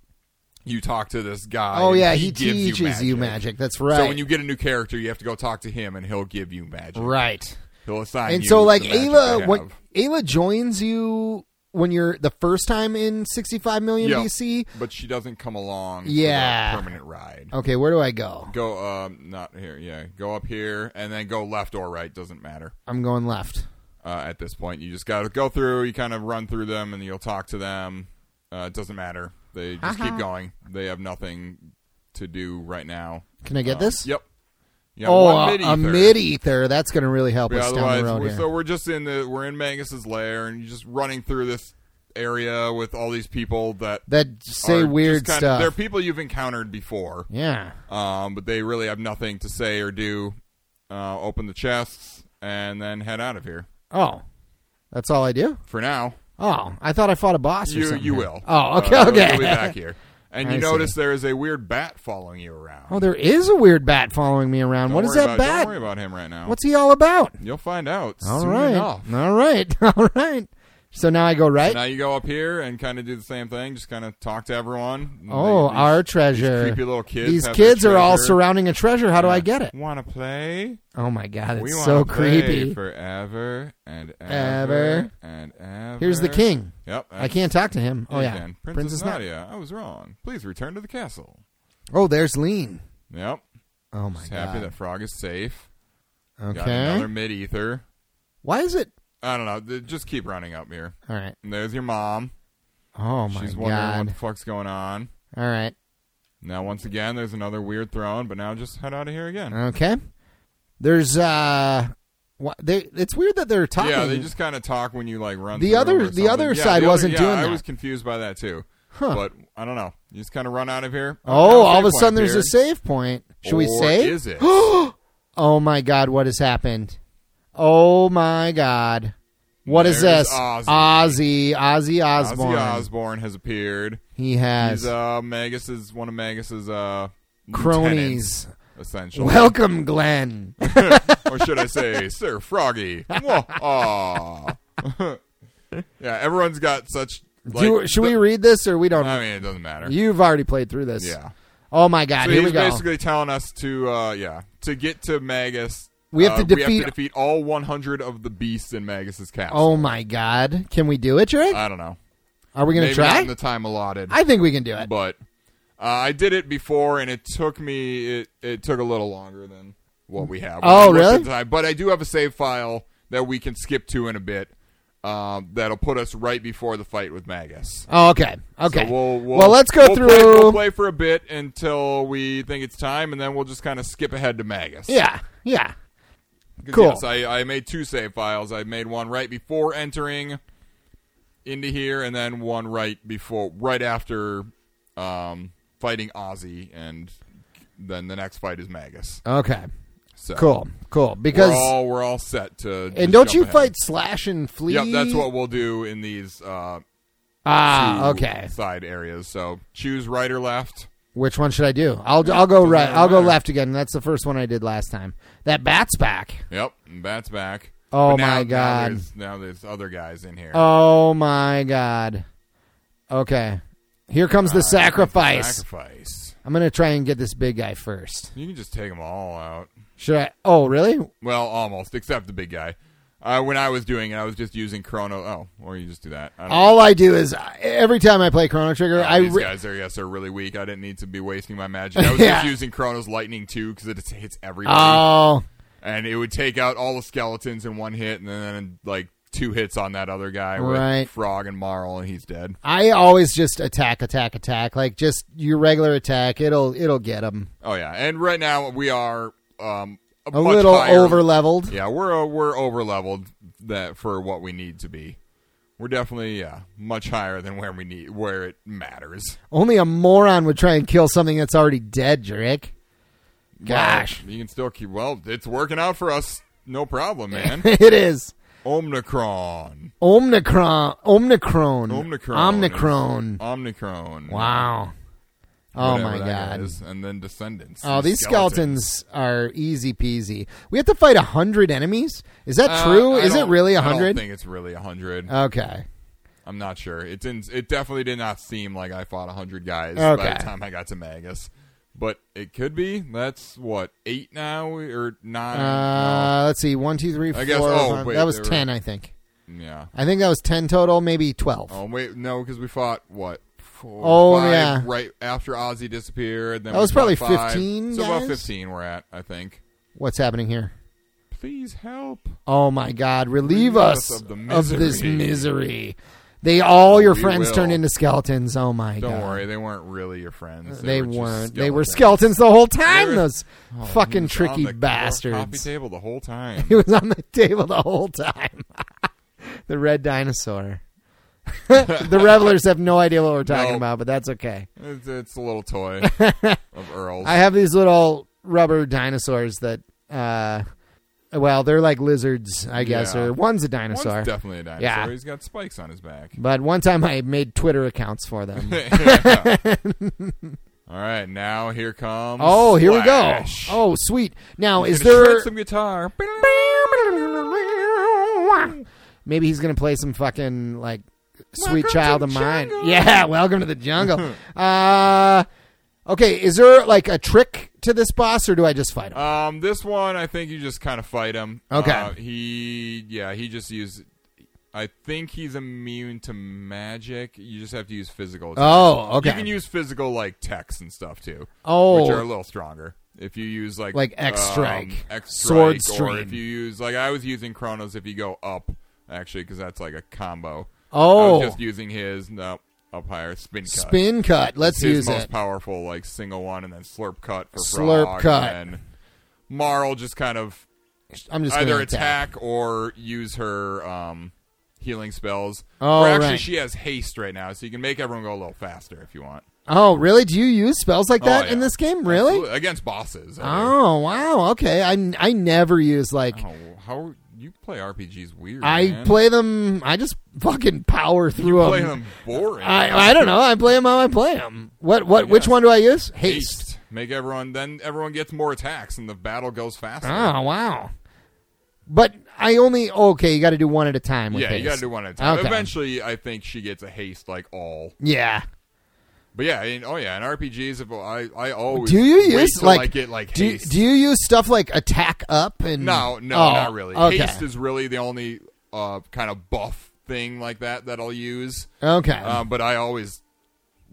Speaker 1: You talk to this guy.
Speaker 2: oh
Speaker 1: and
Speaker 2: yeah,
Speaker 1: he,
Speaker 2: he,
Speaker 1: gives
Speaker 2: teaches you magic.
Speaker 1: you
Speaker 2: That's right.
Speaker 1: So when you get a new character, you have to go talk to him, and he'll give you magic.
Speaker 2: right.
Speaker 1: He'll assign.
Speaker 2: And
Speaker 1: you
Speaker 2: so like
Speaker 1: the magic
Speaker 2: Ayla,
Speaker 1: they
Speaker 2: when
Speaker 1: have.
Speaker 2: Ayla joins you when you're the first time in 65 million
Speaker 1: Yeah.
Speaker 2: BC.
Speaker 1: but she doesn't come along.
Speaker 2: Yeah.
Speaker 1: for the permanent ride.
Speaker 2: Okay, where do I go?
Speaker 1: Go um, not here. Yeah, go up here, and then go left or right. Doesn't matter.
Speaker 2: I'm going left.
Speaker 1: uh, at this point. You just got to go through. You kind of run through them, and you'll talk to them. Uh, it doesn't matter. They just
Speaker 2: Uh-huh.
Speaker 1: keep going. They have nothing to do right now.
Speaker 2: Can I
Speaker 1: Uh,
Speaker 2: get this?
Speaker 1: Yep. Yeah.
Speaker 2: Oh,
Speaker 1: one
Speaker 2: a- a
Speaker 1: mid-ether.
Speaker 2: mid ether. That's going to really help
Speaker 1: But
Speaker 2: us down
Speaker 1: otherwise,
Speaker 2: the road
Speaker 1: we're,
Speaker 2: here.
Speaker 1: so we're just in the we're in Magus's lair, and you're just running through this area with all these people that
Speaker 2: that say
Speaker 1: are
Speaker 2: weird
Speaker 1: just kind
Speaker 2: stuff.
Speaker 1: Of, they're people you've encountered before,
Speaker 2: yeah.
Speaker 1: um, but they really have nothing to say or do. Uh, open the chests and then head out of here
Speaker 2: Oh, that's all I do.
Speaker 1: for now.
Speaker 2: Oh, I thought I fought a boss. or
Speaker 1: You
Speaker 2: something.
Speaker 1: you will.
Speaker 2: Oh, okay,
Speaker 1: Uh, you'll-
Speaker 2: okay.
Speaker 1: You'll be back
Speaker 2: [LAUGHS]
Speaker 1: here. And you
Speaker 2: I see.
Speaker 1: notice there is a weird bat following you around.
Speaker 2: Oh, there is a weird bat following me around.
Speaker 1: Don't
Speaker 2: what is
Speaker 1: worry
Speaker 2: that
Speaker 1: about,
Speaker 2: bat?
Speaker 1: Don't worry about him right now.
Speaker 2: What's he all about?
Speaker 1: You'll find out
Speaker 2: All
Speaker 1: soon
Speaker 2: right,
Speaker 1: enough.
Speaker 2: all right, [LAUGHS] all right. So now I go right.
Speaker 1: Now you go up here and kind of do the same thing. Just kind of talk to everyone. And
Speaker 2: oh,
Speaker 1: they- these
Speaker 2: our treasure.
Speaker 1: creepy little kids.
Speaker 2: These
Speaker 1: have
Speaker 2: kids are all
Speaker 1: surrounded.
Speaker 2: surrounding a treasure. How do I get it?
Speaker 1: Want to play?
Speaker 2: Oh my god,
Speaker 1: we
Speaker 2: it's
Speaker 1: wanna
Speaker 2: so
Speaker 1: play
Speaker 2: creepy.
Speaker 1: Forever and
Speaker 2: Ever.
Speaker 1: ever, and ever.
Speaker 2: Here's the king.
Speaker 1: Yep.
Speaker 2: I can't talk to him. Oh
Speaker 1: you
Speaker 2: yeah,
Speaker 1: can. Princess, Nadia. I was wrong. Please return to the castle.
Speaker 2: Na- Oh, there's Lean.
Speaker 1: Yep.
Speaker 2: Oh my
Speaker 1: Just happy
Speaker 2: god.
Speaker 1: that Frog is safe. Got
Speaker 2: Okay.
Speaker 1: another mid ether.
Speaker 2: Why is it?
Speaker 1: I don't know. Th- Just keep running up here.
Speaker 2: All right.
Speaker 1: And there's your mom.
Speaker 2: Oh my
Speaker 1: She's wondering what the
Speaker 2: god.
Speaker 1: fuck's going on.
Speaker 2: All right.
Speaker 1: Now, once again, there's another weird throne, but now just head out of here again.
Speaker 2: Okay. There's uh, what they? It's weird that they're talking.
Speaker 1: Yeah, they just kind of talk when you like run.
Speaker 2: The
Speaker 1: through
Speaker 2: other-
Speaker 1: them or
Speaker 2: the
Speaker 1: something.
Speaker 2: other
Speaker 1: Yeah,
Speaker 2: side
Speaker 1: yeah,
Speaker 2: wasn't doing
Speaker 1: I
Speaker 2: that.
Speaker 1: was confused by that too.
Speaker 2: Huh.
Speaker 1: But I don't know. You just kind of run out of here.
Speaker 2: Oh,
Speaker 1: Now
Speaker 2: all of a
Speaker 1: save point
Speaker 2: sudden there's a
Speaker 1: appeared.
Speaker 2: save point. Should we
Speaker 1: Or
Speaker 2: save?
Speaker 1: Is
Speaker 2: [GASPS]
Speaker 1: it?
Speaker 2: oh my god, what has happened? Oh my god. what is
Speaker 1: There's
Speaker 2: this?
Speaker 1: Ozzy.
Speaker 2: Ozzy, Ozzy Osbourne.
Speaker 1: Ozzy Osbourne has appeared.
Speaker 2: He has
Speaker 1: He's uh, Magus's one of Magus's uh, lieutenants,
Speaker 2: cronies.
Speaker 1: essentially.
Speaker 2: [LAUGHS] Welcome, Glenn.
Speaker 1: or should I
Speaker 2: [LAUGHS]
Speaker 1: say, Sir Froggy? Whoa, aw. [LAUGHS] yeah, everyone's got such. Like,
Speaker 2: Do, should we read this or we don't?
Speaker 1: I mean, it doesn't matter.
Speaker 2: You've already played through this.
Speaker 1: Uh, yeah.
Speaker 2: Oh my god,
Speaker 1: So
Speaker 2: here
Speaker 1: he's
Speaker 2: we go.
Speaker 1: basically telling us to, uh, yeah, to get to Magus.
Speaker 2: We have to
Speaker 1: uh, We
Speaker 2: defeat-
Speaker 1: have to defeat all 100 of the beasts in Magus's castle.
Speaker 2: oh my god. Can we do it, Drake?
Speaker 1: I don't know.
Speaker 2: Are we going to
Speaker 1: Uh, Maybe not
Speaker 2: Oh, try?
Speaker 1: in the time allotted,
Speaker 2: I think we can do it.
Speaker 1: but uh, I did it before, and it took me it it took a little longer than what we have.
Speaker 2: Oh,
Speaker 1: I looked at
Speaker 2: really?
Speaker 1: the time. But I do have a save file that we can skip to in a bit. Um, that'll put us right before the fight with Magus.
Speaker 2: Oh, okay. Okay.
Speaker 1: So we'll, we'll,
Speaker 2: well, let's go
Speaker 1: we'll
Speaker 2: through.
Speaker 1: Play, we'll play for a bit until we think it's time, and then we'll just kind of skip ahead to Magus.
Speaker 2: yeah. Yeah.
Speaker 1: 'Cause
Speaker 2: cool.
Speaker 1: Yes, I, I made two save files. I made one right before entering into here, and then one right before, right after um, fighting Ozzy, and then the next fight is Magus.
Speaker 2: Okay.
Speaker 1: So
Speaker 2: Cool. Cool.
Speaker 1: We're
Speaker 2: Because
Speaker 1: all, we're all set to. just
Speaker 2: And don't
Speaker 1: jump
Speaker 2: you
Speaker 1: ahead.
Speaker 2: fight Slash and Flea?
Speaker 1: Yep, that's what we'll do in these uh,
Speaker 2: Ah,
Speaker 1: two
Speaker 2: okay.
Speaker 1: side areas. So choose right or left.
Speaker 2: Which one should I do? I'll I'll go right.
Speaker 1: matter.
Speaker 2: I'll go left again. That's the first one I did last time. That bat's back.
Speaker 1: Yep, and that's back.
Speaker 2: Oh
Speaker 1: But now-
Speaker 2: my
Speaker 1: Now
Speaker 2: God.
Speaker 1: there's, now there's other guys in here.
Speaker 2: Oh my god. Okay. Here comes the sacrifice.
Speaker 1: Sacrifice.
Speaker 2: I'm gonna try and get this big guy first.
Speaker 1: You can just take them all out.
Speaker 2: Should I? Oh, really?
Speaker 1: Well, almost, except the big guy. Uh, when I was doing it, I was just using Chrono. Oh, or you just do that. I don't know.
Speaker 2: All I do is every time I play Chrono Trigger, I
Speaker 1: These
Speaker 2: re-
Speaker 1: guys are yes are really weak. I didn't need to be wasting my magic.
Speaker 2: [LAUGHS]
Speaker 1: I was
Speaker 2: Yeah.
Speaker 1: just using Chrono's Lightning too because it hits everybody,
Speaker 2: oh
Speaker 1: and it would take out all the skeletons in one hit, and then like two hits on that other guy
Speaker 2: Right.
Speaker 1: with Frog and Marl, and he's dead.
Speaker 2: I always just attack, attack, attack. Like just your regular attack, it'll it'll get him
Speaker 1: Oh yeah, and right now we are um, a,
Speaker 2: a
Speaker 1: much
Speaker 2: little
Speaker 1: higher-
Speaker 2: over leveled.
Speaker 1: Yeah, we're uh, we're over leveled that for what we need to be. We're definitely yeah much higher than where we need where it matters.
Speaker 2: Only a moron would try and kill something that's already dead, Drake. Gosh, [LAUGHS]
Speaker 1: Well, you can still keep. Well, it's working out for us. No
Speaker 2: [LAUGHS]
Speaker 1: problem, man.
Speaker 2: it is
Speaker 1: Omnicron,
Speaker 2: Omnicron, Omnicron,
Speaker 1: Omnicron is-
Speaker 2: Omnicron.
Speaker 1: Omnicron.
Speaker 2: Wow. Oh
Speaker 1: Whatever
Speaker 2: my
Speaker 1: that
Speaker 2: god.
Speaker 1: is. And then descendants.
Speaker 2: Oh, these skeletons. are easy peasy. We have to fight a hundred enemies. Is that
Speaker 1: Uh,
Speaker 2: true?
Speaker 1: I
Speaker 2: is it
Speaker 1: don't-
Speaker 2: really a
Speaker 1: I don't
Speaker 2: hundred?
Speaker 1: think it's really a hundred.
Speaker 2: Okay.
Speaker 1: I'm not sure. It didn't. It definitely did not seem like I fought hundred guys by
Speaker 2: Okay.
Speaker 1: the time I got to Magus, but it could be. That's what eight now or nine.
Speaker 2: Uh, let's see. One, two, three, four.
Speaker 1: I guess- oh,
Speaker 2: five-
Speaker 1: wait,
Speaker 2: that was
Speaker 1: they were-
Speaker 2: ten, I think.
Speaker 1: No. Yeah.
Speaker 2: I think that was ten total, maybe twelve.
Speaker 1: Oh wait, no, because we fought what? Four,
Speaker 2: Oh,
Speaker 1: five,
Speaker 2: yeah.
Speaker 1: right after Ozzy disappeared. Then
Speaker 2: That
Speaker 1: we
Speaker 2: was probably
Speaker 1: fought five.
Speaker 2: 15
Speaker 1: So about
Speaker 2: guys?
Speaker 1: fifteen we're at, I think.
Speaker 2: What's happening here?
Speaker 1: Please help.
Speaker 2: Oh my God! Relieve,
Speaker 1: Relieve
Speaker 2: us,
Speaker 1: us of the
Speaker 2: of this
Speaker 1: misery.
Speaker 2: misery. They all your
Speaker 1: We
Speaker 2: friends
Speaker 1: will.
Speaker 2: turned into skeletons. Oh my
Speaker 1: Don't
Speaker 2: God!
Speaker 1: worry, they weren't really your friends.
Speaker 2: Uh, They,
Speaker 1: were just
Speaker 2: weren't. They were
Speaker 1: skeletons.
Speaker 2: skeletons the whole time.
Speaker 1: They were- Oh,
Speaker 2: Those fucking
Speaker 1: He was on
Speaker 2: tricky
Speaker 1: the coffee
Speaker 2: bastards.
Speaker 1: table the whole time.
Speaker 2: [LAUGHS] He was on the table the whole time. [LAUGHS] the red dinosaur. [LAUGHS] the revelers have no idea what we're talking
Speaker 1: No.
Speaker 2: about, but that's okay.
Speaker 1: it's, it's a little
Speaker 2: [LAUGHS]
Speaker 1: toy of Earl's.
Speaker 2: I have these little rubber dinosaurs that, uh, well, they're like lizards, I guess,
Speaker 1: Yeah.
Speaker 2: or one's a dinosaur.
Speaker 1: One's definitely a dinosaur.
Speaker 2: Yeah.
Speaker 1: He's got spikes on his
Speaker 2: [LAUGHS]
Speaker 1: back. [LAUGHS]
Speaker 2: but one time I made Twitter accounts for them.
Speaker 1: All right, now here comes.
Speaker 2: oh, here
Speaker 1: Slash.
Speaker 2: we go. Oh, sweet. Now, is
Speaker 1: Gonna shred
Speaker 2: there.
Speaker 1: some guitar?
Speaker 2: Maybe he's gonna play some fucking like "Sweet
Speaker 1: Welcome
Speaker 2: Child
Speaker 1: to
Speaker 2: of
Speaker 1: the
Speaker 2: Mine."
Speaker 1: jungle.
Speaker 2: Yeah, [LAUGHS] welcome to the jungle.
Speaker 1: [LAUGHS]
Speaker 2: uh, okay, is there like a trick to this boss, or do I just fight him?
Speaker 1: Um, this one I think you just kind of fight him.
Speaker 2: Okay.
Speaker 1: Uh, he, yeah, he just used. I think he's immune to magic. You just have to use physical. attacks.
Speaker 2: oh,
Speaker 1: You
Speaker 2: okay.
Speaker 1: can use physical like techs and stuff too. which are a
Speaker 2: oh,
Speaker 1: little stronger. If you use like
Speaker 2: Like X Strike,
Speaker 1: um, X
Speaker 2: Sword
Speaker 1: Strike,
Speaker 2: Stream.
Speaker 1: or if you use like I was using Chronos. If you go up, actually, because that's like a combo. I was
Speaker 2: oh,
Speaker 1: just using his no up higher spin cut.
Speaker 2: spin cut. Let's
Speaker 1: It's his
Speaker 2: use
Speaker 1: most
Speaker 2: it.
Speaker 1: powerful like single one, and then slurp cut for
Speaker 2: Slurp
Speaker 1: frog,
Speaker 2: cut.
Speaker 1: And then Marl just kind of
Speaker 2: I'm just
Speaker 1: either
Speaker 2: gonna attack.
Speaker 1: attack. or use her um, healing spells.
Speaker 2: Oh,
Speaker 1: or actually,
Speaker 2: right.
Speaker 1: she has haste right now, so you can make everyone go a little faster if you want.
Speaker 2: Oh, really? Do you use spells like
Speaker 1: Oh,
Speaker 2: that
Speaker 1: yeah.
Speaker 2: in this game? Really?
Speaker 1: Absolutely. against bosses? I mean.
Speaker 2: Oh, wow. Okay, I I never use like.
Speaker 1: Oh, how you play RPGs weird?
Speaker 2: I
Speaker 1: man.
Speaker 2: play them. I just fucking power through
Speaker 1: play
Speaker 2: them.
Speaker 1: them boring.
Speaker 2: I I don't know. I play them how I play them. What what? Which
Speaker 1: Yes.
Speaker 2: one do I use? Haste.
Speaker 1: haste. Make everyone then everyone gets more attacks and the battle goes faster.
Speaker 2: Oh wow. But I only okay. You got to do one at a time. With
Speaker 1: yeah, you
Speaker 2: haste.
Speaker 1: gotta do one at a time.
Speaker 2: Okay.
Speaker 1: Eventually, I think she gets a haste like all.
Speaker 2: Yeah.
Speaker 1: But yeah, and, oh yeah, in RPGs, if I I always
Speaker 2: Do you
Speaker 1: wait
Speaker 2: use
Speaker 1: till
Speaker 2: like
Speaker 1: I get like
Speaker 2: do,
Speaker 1: haste?
Speaker 2: do you use stuff like attack up and
Speaker 1: no, no,
Speaker 2: Oh,
Speaker 1: not really.
Speaker 2: Okay.
Speaker 1: Haste is really the only uh, kind of buff thing like that that I'll use.
Speaker 2: okay.
Speaker 1: Um, but I always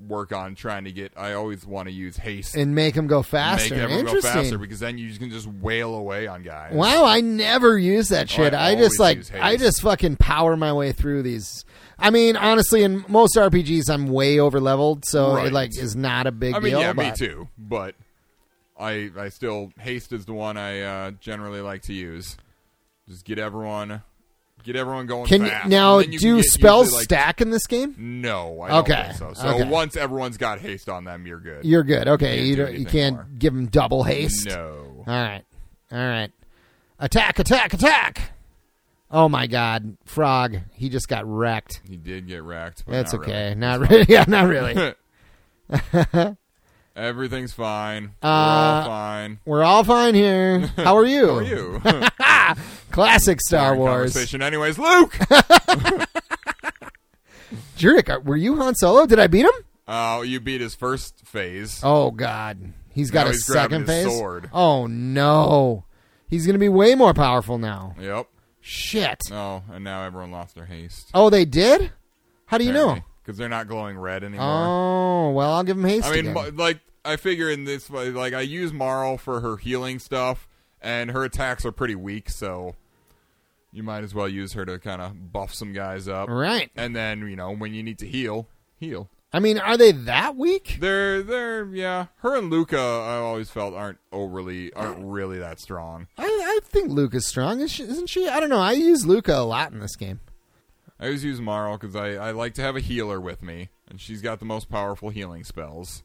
Speaker 1: work on trying to get. I always want to use haste
Speaker 2: and make them go
Speaker 1: make
Speaker 2: faster.
Speaker 1: everyone go
Speaker 2: Interesting.
Speaker 1: faster because then you can just wail away on guys.
Speaker 2: Wow, I never use that shit.
Speaker 1: Oh, I
Speaker 2: I, just
Speaker 1: always
Speaker 2: like
Speaker 1: use haste.
Speaker 2: I just fucking power my way through these. I mean, honestly, in most RPGs, I'm way over leveled, so it
Speaker 1: Right.
Speaker 2: like is not a big
Speaker 1: I mean,
Speaker 2: deal.
Speaker 1: yeah, me
Speaker 2: but-
Speaker 1: too. But I, I still haste is the one I uh, generally like to use. Just get everyone, get everyone going.
Speaker 2: Can
Speaker 1: fast.
Speaker 2: you, now
Speaker 1: And then you can
Speaker 2: do
Speaker 1: get
Speaker 2: spells
Speaker 1: usually, like,
Speaker 2: stack in this game?
Speaker 1: No, I don't
Speaker 2: Okay,
Speaker 1: think so. So
Speaker 2: okay.
Speaker 1: once everyone's got haste on them, you're good.
Speaker 2: You're good. Okay,
Speaker 1: Can't
Speaker 2: you
Speaker 1: do
Speaker 2: don't, you
Speaker 1: anything
Speaker 2: can't
Speaker 1: more.
Speaker 2: 'em give them double haste.
Speaker 1: No.
Speaker 2: All right, all right. Attack! Attack! Attack! Oh my God, Frog! He just got wrecked.
Speaker 1: He did get wrecked. But
Speaker 2: That's
Speaker 1: not
Speaker 2: okay.
Speaker 1: really.
Speaker 2: Not [LAUGHS] really. yeah, not
Speaker 1: [LAUGHS]
Speaker 2: really.
Speaker 1: Everything's fine. We're all
Speaker 2: Uh, [LAUGHS]
Speaker 1: fine.
Speaker 2: We're all fine here.
Speaker 1: [LAUGHS]
Speaker 2: How are you?
Speaker 1: How are you? [LAUGHS]
Speaker 2: Classic Star
Speaker 1: Boring
Speaker 2: Wars.
Speaker 1: Conversation. Anyways, Luke.
Speaker 2: Jurek, are- uh, were you Han Solo? Did I beat him?
Speaker 1: Oh, you beat his first phase.
Speaker 2: Oh God, he's got
Speaker 1: Now
Speaker 2: a
Speaker 1: he's grabbing
Speaker 2: second
Speaker 1: his
Speaker 2: phase.
Speaker 1: sword.
Speaker 2: Oh no, he's gonna be way more powerful now.
Speaker 1: Yep.
Speaker 2: Shit.
Speaker 1: Oh, and now everyone lost their haste.
Speaker 2: Oh, they did. How do you know?
Speaker 1: Because they're not glowing red anymore.
Speaker 2: Oh well, I'll give him haste.
Speaker 1: I mean,
Speaker 2: again.
Speaker 1: mu- like I figure in this way, like I use Marl for her healing stuff, and her attacks are pretty weak, so you might as well use her to kind of buff some guys up.
Speaker 2: right.
Speaker 1: And then you know when you need to heal, heal.
Speaker 2: I mean, are they that weak?
Speaker 1: They're they're yeah. Her and Luca, I always felt aren't overly
Speaker 2: Oh.
Speaker 1: aren't really that strong.
Speaker 2: I, I think Luke is strong, is she- isn't she? I don't know. I use Luca a lot in this game.
Speaker 1: I always use Marl because I, I like to have a healer with me, and she's got the most powerful healing spells.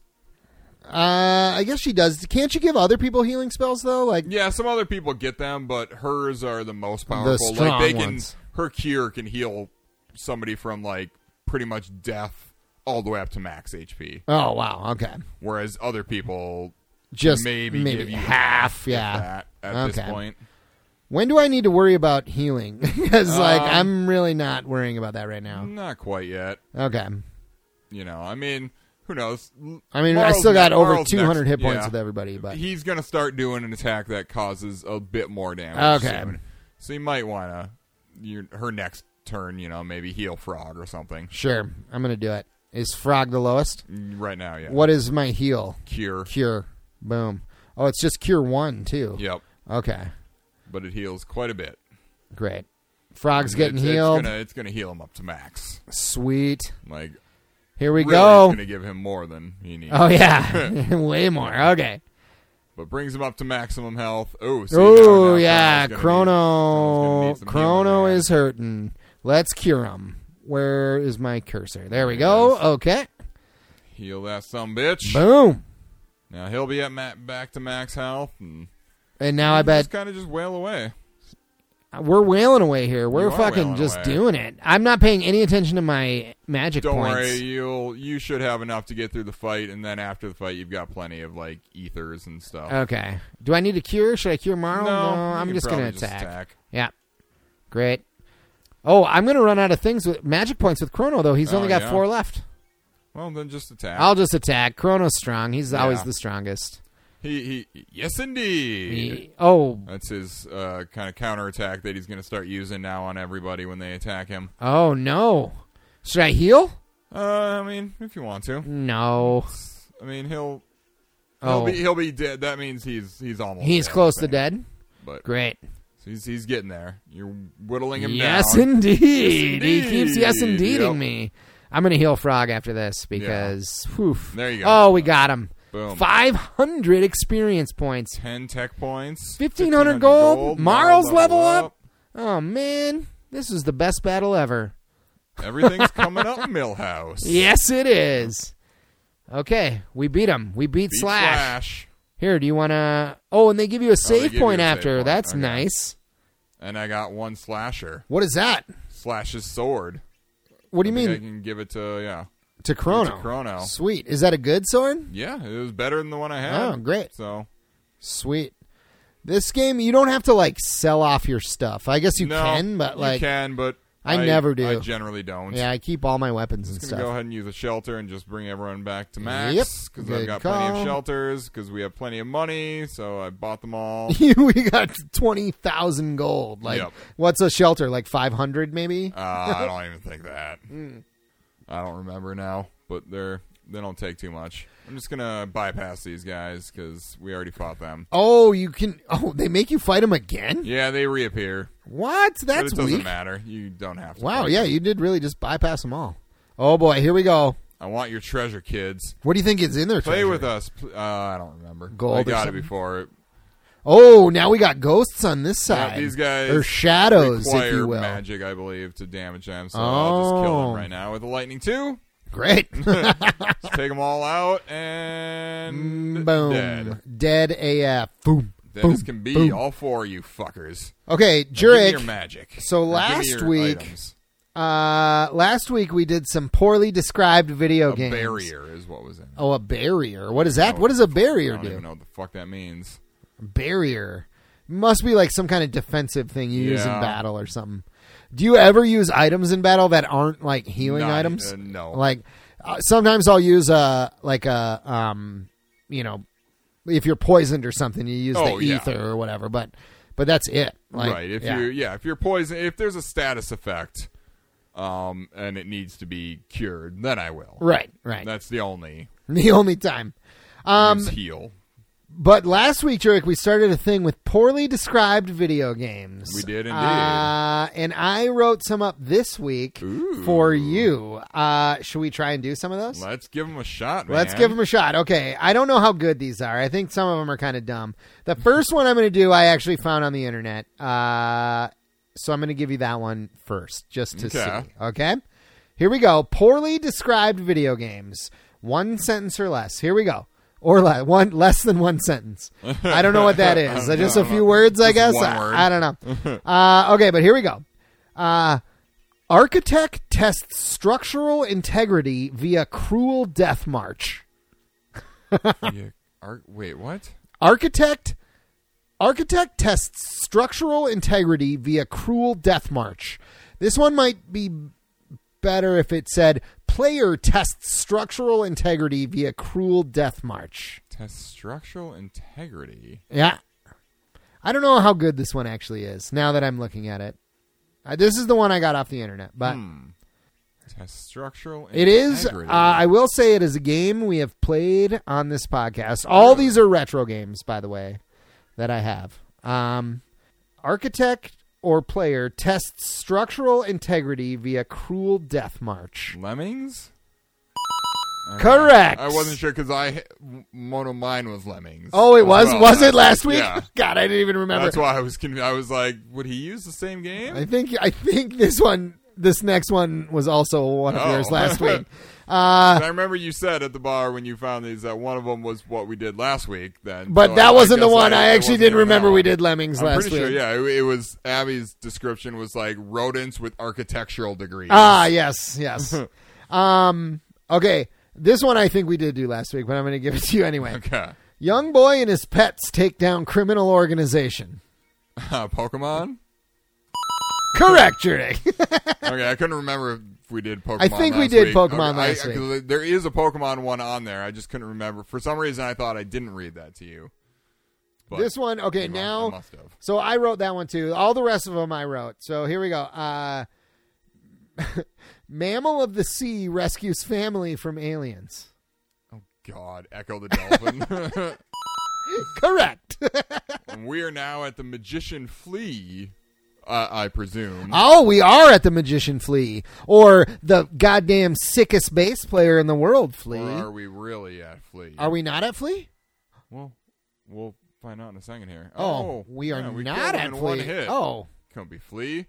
Speaker 2: Uh, I guess she does. Can't you give other people healing spells though? Like,
Speaker 1: Yeah, some other people get them, but hers are the most powerful. like
Speaker 2: strong
Speaker 1: they can,
Speaker 2: ones.
Speaker 1: her cure can heal somebody from like pretty much death all the way up to max HP,
Speaker 2: oh wow, okay,
Speaker 1: whereas other people
Speaker 2: just
Speaker 1: maybe,
Speaker 2: maybe,
Speaker 1: give you
Speaker 2: half,
Speaker 1: if
Speaker 2: yeah.
Speaker 1: that at this
Speaker 2: Okay.
Speaker 1: point.
Speaker 2: When do I need to worry about healing? [LAUGHS] Because like
Speaker 1: Um,
Speaker 2: I'm really not worrying about that right now.
Speaker 1: Not quite yet.
Speaker 2: Okay,
Speaker 1: You know, I mean, who knows?
Speaker 2: I mean
Speaker 1: Marl's
Speaker 2: I still got
Speaker 1: ne-
Speaker 2: over
Speaker 1: Marl's
Speaker 2: 200
Speaker 1: next-
Speaker 2: hit points
Speaker 1: yeah.
Speaker 2: with everybody, but
Speaker 1: He's gonna start doing an attack that causes a bit more damage.
Speaker 2: Okay.
Speaker 1: soon. so you might wanna your her next turn, you know, maybe heal frog or something.
Speaker 2: sure, I'm gonna do it. Is Frog the lowest?
Speaker 1: Right now, yeah.
Speaker 2: What is my heal?
Speaker 1: cure?
Speaker 2: Cure. Boom. Oh, it's just cure one too.
Speaker 1: Yep,
Speaker 2: Okay,
Speaker 1: but it heals quite a bit.
Speaker 2: great. Frog's getting
Speaker 1: it's,
Speaker 2: healed.
Speaker 1: It's gonna, it's gonna heal him up to max.
Speaker 2: Sweet.
Speaker 1: Like
Speaker 2: Here we
Speaker 1: really,
Speaker 2: go.
Speaker 1: it's gonna give him more than he needs. [LAUGHS]
Speaker 2: Oh yeah, [LAUGHS] way more. Okay.
Speaker 1: But brings him up to maximum health. Oh, see, now- now
Speaker 2: Oh yeah,
Speaker 1: Chrono's gonna need- Chrono's gonna
Speaker 2: Chrono.
Speaker 1: need some
Speaker 2: Chrono
Speaker 1: healing.
Speaker 2: is hurting. Let's cure him. Where is my cursor? There we go.
Speaker 1: Yes.
Speaker 2: Okay.
Speaker 1: heal that some bitch.
Speaker 2: Boom.
Speaker 1: now he'll be at ma- back to max health, and
Speaker 2: And now I bet
Speaker 1: just kind of just wail away.
Speaker 2: we're wailing away here.
Speaker 1: You
Speaker 2: We're
Speaker 1: are
Speaker 2: fucking
Speaker 1: wailing
Speaker 2: just
Speaker 1: away.
Speaker 2: doing it. I'm not paying any attention to my magic
Speaker 1: Don't
Speaker 2: points.
Speaker 1: worry, you'll you should have enough to get through the fight, and then after the fight, you've got plenty of like ethers and stuff.
Speaker 2: Okay. Do I need to cure? Should I cure Marl?
Speaker 1: no, you
Speaker 2: Uh, I'm
Speaker 1: can
Speaker 2: just gonna
Speaker 1: probably
Speaker 2: attack. Yeah. Great. Oh, I'm gonna run out of things with magic points with Chrono though. He's
Speaker 1: Oh,
Speaker 2: only got
Speaker 1: yeah.
Speaker 2: four left.
Speaker 1: Well, then just attack.
Speaker 2: I'll just attack. Chrono's strong. He's always
Speaker 1: Yeah.
Speaker 2: the strongest.
Speaker 1: he he. Yes, indeed.
Speaker 2: He- oh,
Speaker 1: That's his uh, kind of counterattack that he's going to start using now on everybody when they attack him.
Speaker 2: oh no. Should I heal?
Speaker 1: Uh, I mean, if you want to,
Speaker 2: No.
Speaker 1: I mean he'll he'll
Speaker 2: Oh,
Speaker 1: be he'll be dead. That means he's he's almost
Speaker 2: he's
Speaker 1: dead,
Speaker 2: close
Speaker 1: I
Speaker 2: to
Speaker 1: think.
Speaker 2: dead.
Speaker 1: But
Speaker 2: Great.
Speaker 1: he's he's getting there. You're whittling him
Speaker 2: Yes,
Speaker 1: down.
Speaker 2: indeed.
Speaker 1: indeed.
Speaker 2: He keeps yes, indeeding
Speaker 1: Yep.
Speaker 2: me. I'm gonna heal Frog after this because. Oof.
Speaker 1: There you go.
Speaker 2: Oh, we got him.
Speaker 1: Boom.
Speaker 2: Five hundred experience points.
Speaker 1: Ten tech points.
Speaker 2: 1500 gold. Marl's level up. Oh man, this is the best battle ever.
Speaker 1: Everything's coming up,
Speaker 2: [LAUGHS]
Speaker 1: Millhouse.
Speaker 2: Yes, it is. Okay, we beat him. We beat,
Speaker 1: Beat
Speaker 2: Slash.
Speaker 1: Slash.
Speaker 2: Here, do you want to? Oh, and they give you a save
Speaker 1: give you
Speaker 2: point
Speaker 1: a save
Speaker 2: after.
Speaker 1: point.
Speaker 2: That's
Speaker 1: Okay.
Speaker 2: nice.
Speaker 1: And I got one slasher.
Speaker 2: What is that?
Speaker 1: Slash's sword.
Speaker 2: What do you
Speaker 1: I think I
Speaker 2: mean
Speaker 1: can give it to yeah.
Speaker 2: to Chrono?
Speaker 1: to Chrono.
Speaker 2: Sweet. Is that a good sword?
Speaker 1: Yeah, it was better than the one I had.
Speaker 2: Oh, great.
Speaker 1: So
Speaker 2: Sweet. This game, you don't have to like sell off your stuff. I guess you
Speaker 1: no,
Speaker 2: can, but like,
Speaker 1: you can, but
Speaker 2: I never do.
Speaker 1: I generally don't.
Speaker 2: yeah, I keep all my weapons and
Speaker 1: Just gonna go
Speaker 2: stuff. [LAUGHS]
Speaker 1: ahead and use a shelter and just bring everyone back to
Speaker 2: Yep,
Speaker 1: max because I've
Speaker 2: good
Speaker 1: got plenty
Speaker 2: call.
Speaker 1: of shelters because we have plenty of money, so I bought them
Speaker 2: [LAUGHS]
Speaker 1: all.
Speaker 2: we got twenty thousand gold. Like,
Speaker 1: Yep.
Speaker 2: what's a shelter? Like five hundred, maybe.
Speaker 1: Uh, I
Speaker 2: [LAUGHS]
Speaker 1: don't even think that.
Speaker 2: Hmm.
Speaker 1: I don't remember now, but they're they don't take too much. I'm just gonna bypass these guys because we already fought them.
Speaker 2: Oh, you can. Oh, they make you fight them again.
Speaker 1: Yeah, they reappear,
Speaker 2: What?
Speaker 1: but it
Speaker 2: That's
Speaker 1: doesn't
Speaker 2: weak.
Speaker 1: matter. You don't have to.
Speaker 2: Wow.
Speaker 1: fight
Speaker 2: Yeah,
Speaker 1: them.
Speaker 2: you did really just bypass them all. Oh boy, here we go.
Speaker 1: I want your treasure, kids.
Speaker 2: What do you think is in there?
Speaker 1: Play
Speaker 2: treasure?
Speaker 1: with us. pl- Uh, I don't remember.
Speaker 2: Gold
Speaker 1: I
Speaker 2: or
Speaker 1: got it
Speaker 2: something?
Speaker 1: before.
Speaker 2: Oh, now we got ghosts on this
Speaker 1: Yeah,
Speaker 2: side.
Speaker 1: these guys
Speaker 2: or shadows, if
Speaker 1: require
Speaker 2: you will.
Speaker 1: magic, I believe, to damage them. So I'll just kill them
Speaker 2: Oh.
Speaker 1: right now with a lightning two. [LAUGHS]
Speaker 2: Great.
Speaker 1: Just take them all out and
Speaker 2: [LAUGHS] Boom.
Speaker 1: dead.
Speaker 2: Dead AF. Boom.
Speaker 1: Dead as can be, all four of you fuckers.
Speaker 2: Okay,
Speaker 1: Give me your
Speaker 2: Jurek.
Speaker 1: magic. Or
Speaker 2: so
Speaker 1: give me
Speaker 2: last
Speaker 1: your
Speaker 2: week,
Speaker 1: items.
Speaker 2: Uh, last week we did some poorly described video
Speaker 1: a
Speaker 2: games.
Speaker 1: barrier is what was in. it.
Speaker 2: Oh, a barrier. What is that?
Speaker 1: know
Speaker 2: What does a
Speaker 1: I
Speaker 2: barrier
Speaker 1: don't even
Speaker 2: do?
Speaker 1: know what the fuck that means.
Speaker 2: Barrier must be like some kind of defensive thing you use in
Speaker 1: Yeah.
Speaker 2: battle or something. Do you ever use items in battle that aren't like healing
Speaker 1: Not-
Speaker 2: items?
Speaker 1: uh, no.
Speaker 2: Like uh, sometimes I'll use a like a um, you know, if you're poisoned or something, you use
Speaker 1: Oh,
Speaker 2: the
Speaker 1: yeah.
Speaker 2: ether or whatever. But but that's it. Like,
Speaker 1: right. If
Speaker 2: yeah.
Speaker 1: you yeah, if you're poisoned, if there's a status effect, um, and it needs to be cured, then I will.
Speaker 2: right right
Speaker 1: That's the only
Speaker 2: [LAUGHS] the only time. Um,
Speaker 1: use heal.
Speaker 2: But last week, Jerick, we started a thing with poorly described video games.
Speaker 1: We did indeed.
Speaker 2: Uh, and I wrote some up this week
Speaker 1: Ooh.
Speaker 2: for you. Uh, should we try and do some of those?
Speaker 1: Let's give him a shot.
Speaker 2: Let's
Speaker 1: man.
Speaker 2: give them a shot. Okay, I don't know how good these are. I think some of them are kind of dumb. The first one I'm going to do, I actually found on the internet. Uh, so I'm going to give you that one first, just to
Speaker 1: Okay.
Speaker 2: see. Okay, here we go. Poorly described video games. One sentence or less. Here we go. Or le- one less than one sentence. I don't know
Speaker 1: [LAUGHS]
Speaker 2: what that is.
Speaker 1: don't
Speaker 2: just
Speaker 1: know.
Speaker 2: a few words, I
Speaker 1: Just
Speaker 2: guess.
Speaker 1: one
Speaker 2: I-
Speaker 1: word.
Speaker 2: I,
Speaker 1: [LAUGHS]
Speaker 2: don't know. uh, okay, but here we go. Uh, architect tests structural integrity via cruel death march.
Speaker 1: Yeah. Ar- wait, what?
Speaker 2: Architect Architect tests structural integrity via cruel death march. This one might be better if it said player tests structural integrity via cruel death march.
Speaker 1: Test structural integrity.
Speaker 2: Yeah. I don't know how good this one actually is now that I'm looking at it. Uh, this is the one I got off the internet,
Speaker 1: Hmm.
Speaker 2: but
Speaker 1: Test structural.
Speaker 2: Uh, It is. Uh,
Speaker 1: integrity.
Speaker 2: I will say it is a game we have played on this podcast. All these are retro games, by the way, that I have. Um, architect or player tests structural integrity via cruel death march.
Speaker 1: Lemmings.
Speaker 2: Correct.
Speaker 1: I wasn't sure because I one of mine was Lemmings.
Speaker 2: Oh, it
Speaker 1: as
Speaker 2: was.
Speaker 1: well.
Speaker 2: Was it last week?
Speaker 1: Yeah.
Speaker 2: [LAUGHS] God, I didn't even remember.
Speaker 1: That's why I was confused. I was like, would he use the same game?
Speaker 2: I think. I think this one. This next one was also one of
Speaker 1: Oh. [LAUGHS]
Speaker 2: yours last week.
Speaker 1: And I remember you said at the bar when you found these that one of them was what we did last week. Then,
Speaker 2: But
Speaker 1: so I-
Speaker 2: that
Speaker 1: I
Speaker 2: wasn't the
Speaker 1: guess
Speaker 2: one. I,
Speaker 1: wasn't
Speaker 2: actually didn't
Speaker 1: even
Speaker 2: remember
Speaker 1: that
Speaker 2: we
Speaker 1: one.
Speaker 2: did Lemmings
Speaker 1: I'm
Speaker 2: last
Speaker 1: pretty
Speaker 2: week.
Speaker 1: sure. Yeah, it, it was Abby's description was like rodents with architectural degrees.
Speaker 2: Ah, yes, yes. um,
Speaker 1: Mm-hmm.
Speaker 2: okay, this one I think we did do last week, but I'm going to give it to you anyway.
Speaker 1: [LAUGHS] okay.
Speaker 2: Young boy and his pets take down criminal organization.
Speaker 1: Uh, Pokemon.
Speaker 2: Correct,
Speaker 1: [LAUGHS]
Speaker 2: Jurek.
Speaker 1: Okay, I couldn't remember if we did Pokemon.
Speaker 2: I think we
Speaker 1: last
Speaker 2: did
Speaker 1: week.
Speaker 2: Pokemon
Speaker 1: Okay,
Speaker 2: last
Speaker 1: I,
Speaker 2: week.
Speaker 1: 'cause There is a Pokemon one on there. I just couldn't remember. For some reason, I thought I didn't read that to you. But
Speaker 2: this one,
Speaker 1: I
Speaker 2: okay,
Speaker 1: mu- I
Speaker 2: now.
Speaker 1: must have.
Speaker 2: So I wrote that one too. All the rest of them I wrote. So here we go. Uh, [LAUGHS] mammal of the sea rescues family from aliens.
Speaker 1: God, Echo the Dolphin. [LAUGHS]
Speaker 2: Correct. [LAUGHS]
Speaker 1: and we are now at the Magician Flea, uh, I presume.
Speaker 2: Oh, we are at the magician flea, or the goddamn sickest bass player in the world flea.
Speaker 1: Or are we really at Flea?
Speaker 2: Are we not at Flea?
Speaker 1: Well, we'll find out in a second here.
Speaker 2: Oh, we are
Speaker 1: yeah,
Speaker 2: not
Speaker 1: killed him
Speaker 2: at
Speaker 1: in
Speaker 2: Flea.
Speaker 1: One hit.
Speaker 2: Oh,
Speaker 1: Come be Flea.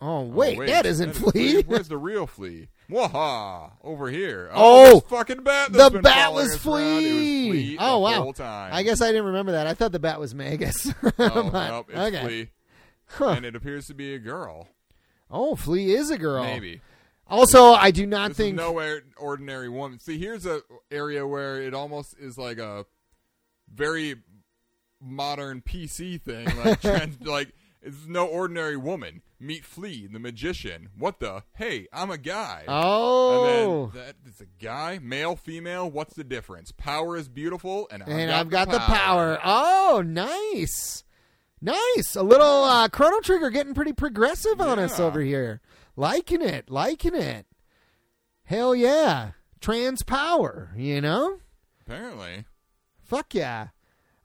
Speaker 2: oh,
Speaker 1: Oh,
Speaker 2: wait, that isn't Flea.
Speaker 1: Where's the real Flea? Waha! Over here.
Speaker 2: Oh,
Speaker 1: this fucking bat. that's
Speaker 2: [LAUGHS] the
Speaker 1: been
Speaker 2: bat
Speaker 1: following
Speaker 2: was
Speaker 1: us around. It was
Speaker 2: Flea.
Speaker 1: Flea
Speaker 2: Oh,
Speaker 1: the
Speaker 2: wow.
Speaker 1: Whole time.
Speaker 2: I guess [LAUGHS] I didn't remember that. I thought the bat was [LAUGHS] Magus.
Speaker 1: Oh,
Speaker 2: But-
Speaker 1: nope, it's
Speaker 2: okay.
Speaker 1: Flea.
Speaker 2: Huh.
Speaker 1: And it appears to be a girl.
Speaker 2: Oh, Flea is a girl.
Speaker 1: Maybe.
Speaker 2: Also, I do
Speaker 1: This
Speaker 2: not
Speaker 1: is
Speaker 2: think.
Speaker 1: nowhere ordinary woman. See, here's a area where it almost is like a very modern PC thing.
Speaker 2: [LAUGHS]
Speaker 1: Like, trans- like it's no ordinary woman. Meet Flea, the magician. What the? Hey, I'm a guy.
Speaker 2: oh,
Speaker 1: And then that is a guy, male, female. What's the difference? Power is beautiful, and I've
Speaker 2: and
Speaker 1: got
Speaker 2: I've got
Speaker 1: the power.
Speaker 2: Oh, nice, nice. A little uh, Chrono Trigger getting pretty progressive on us
Speaker 1: Yeah.
Speaker 2: over here. Liking it, liking it. Hell yeah, trans power. You know,
Speaker 1: Apparently,
Speaker 2: fuck yeah.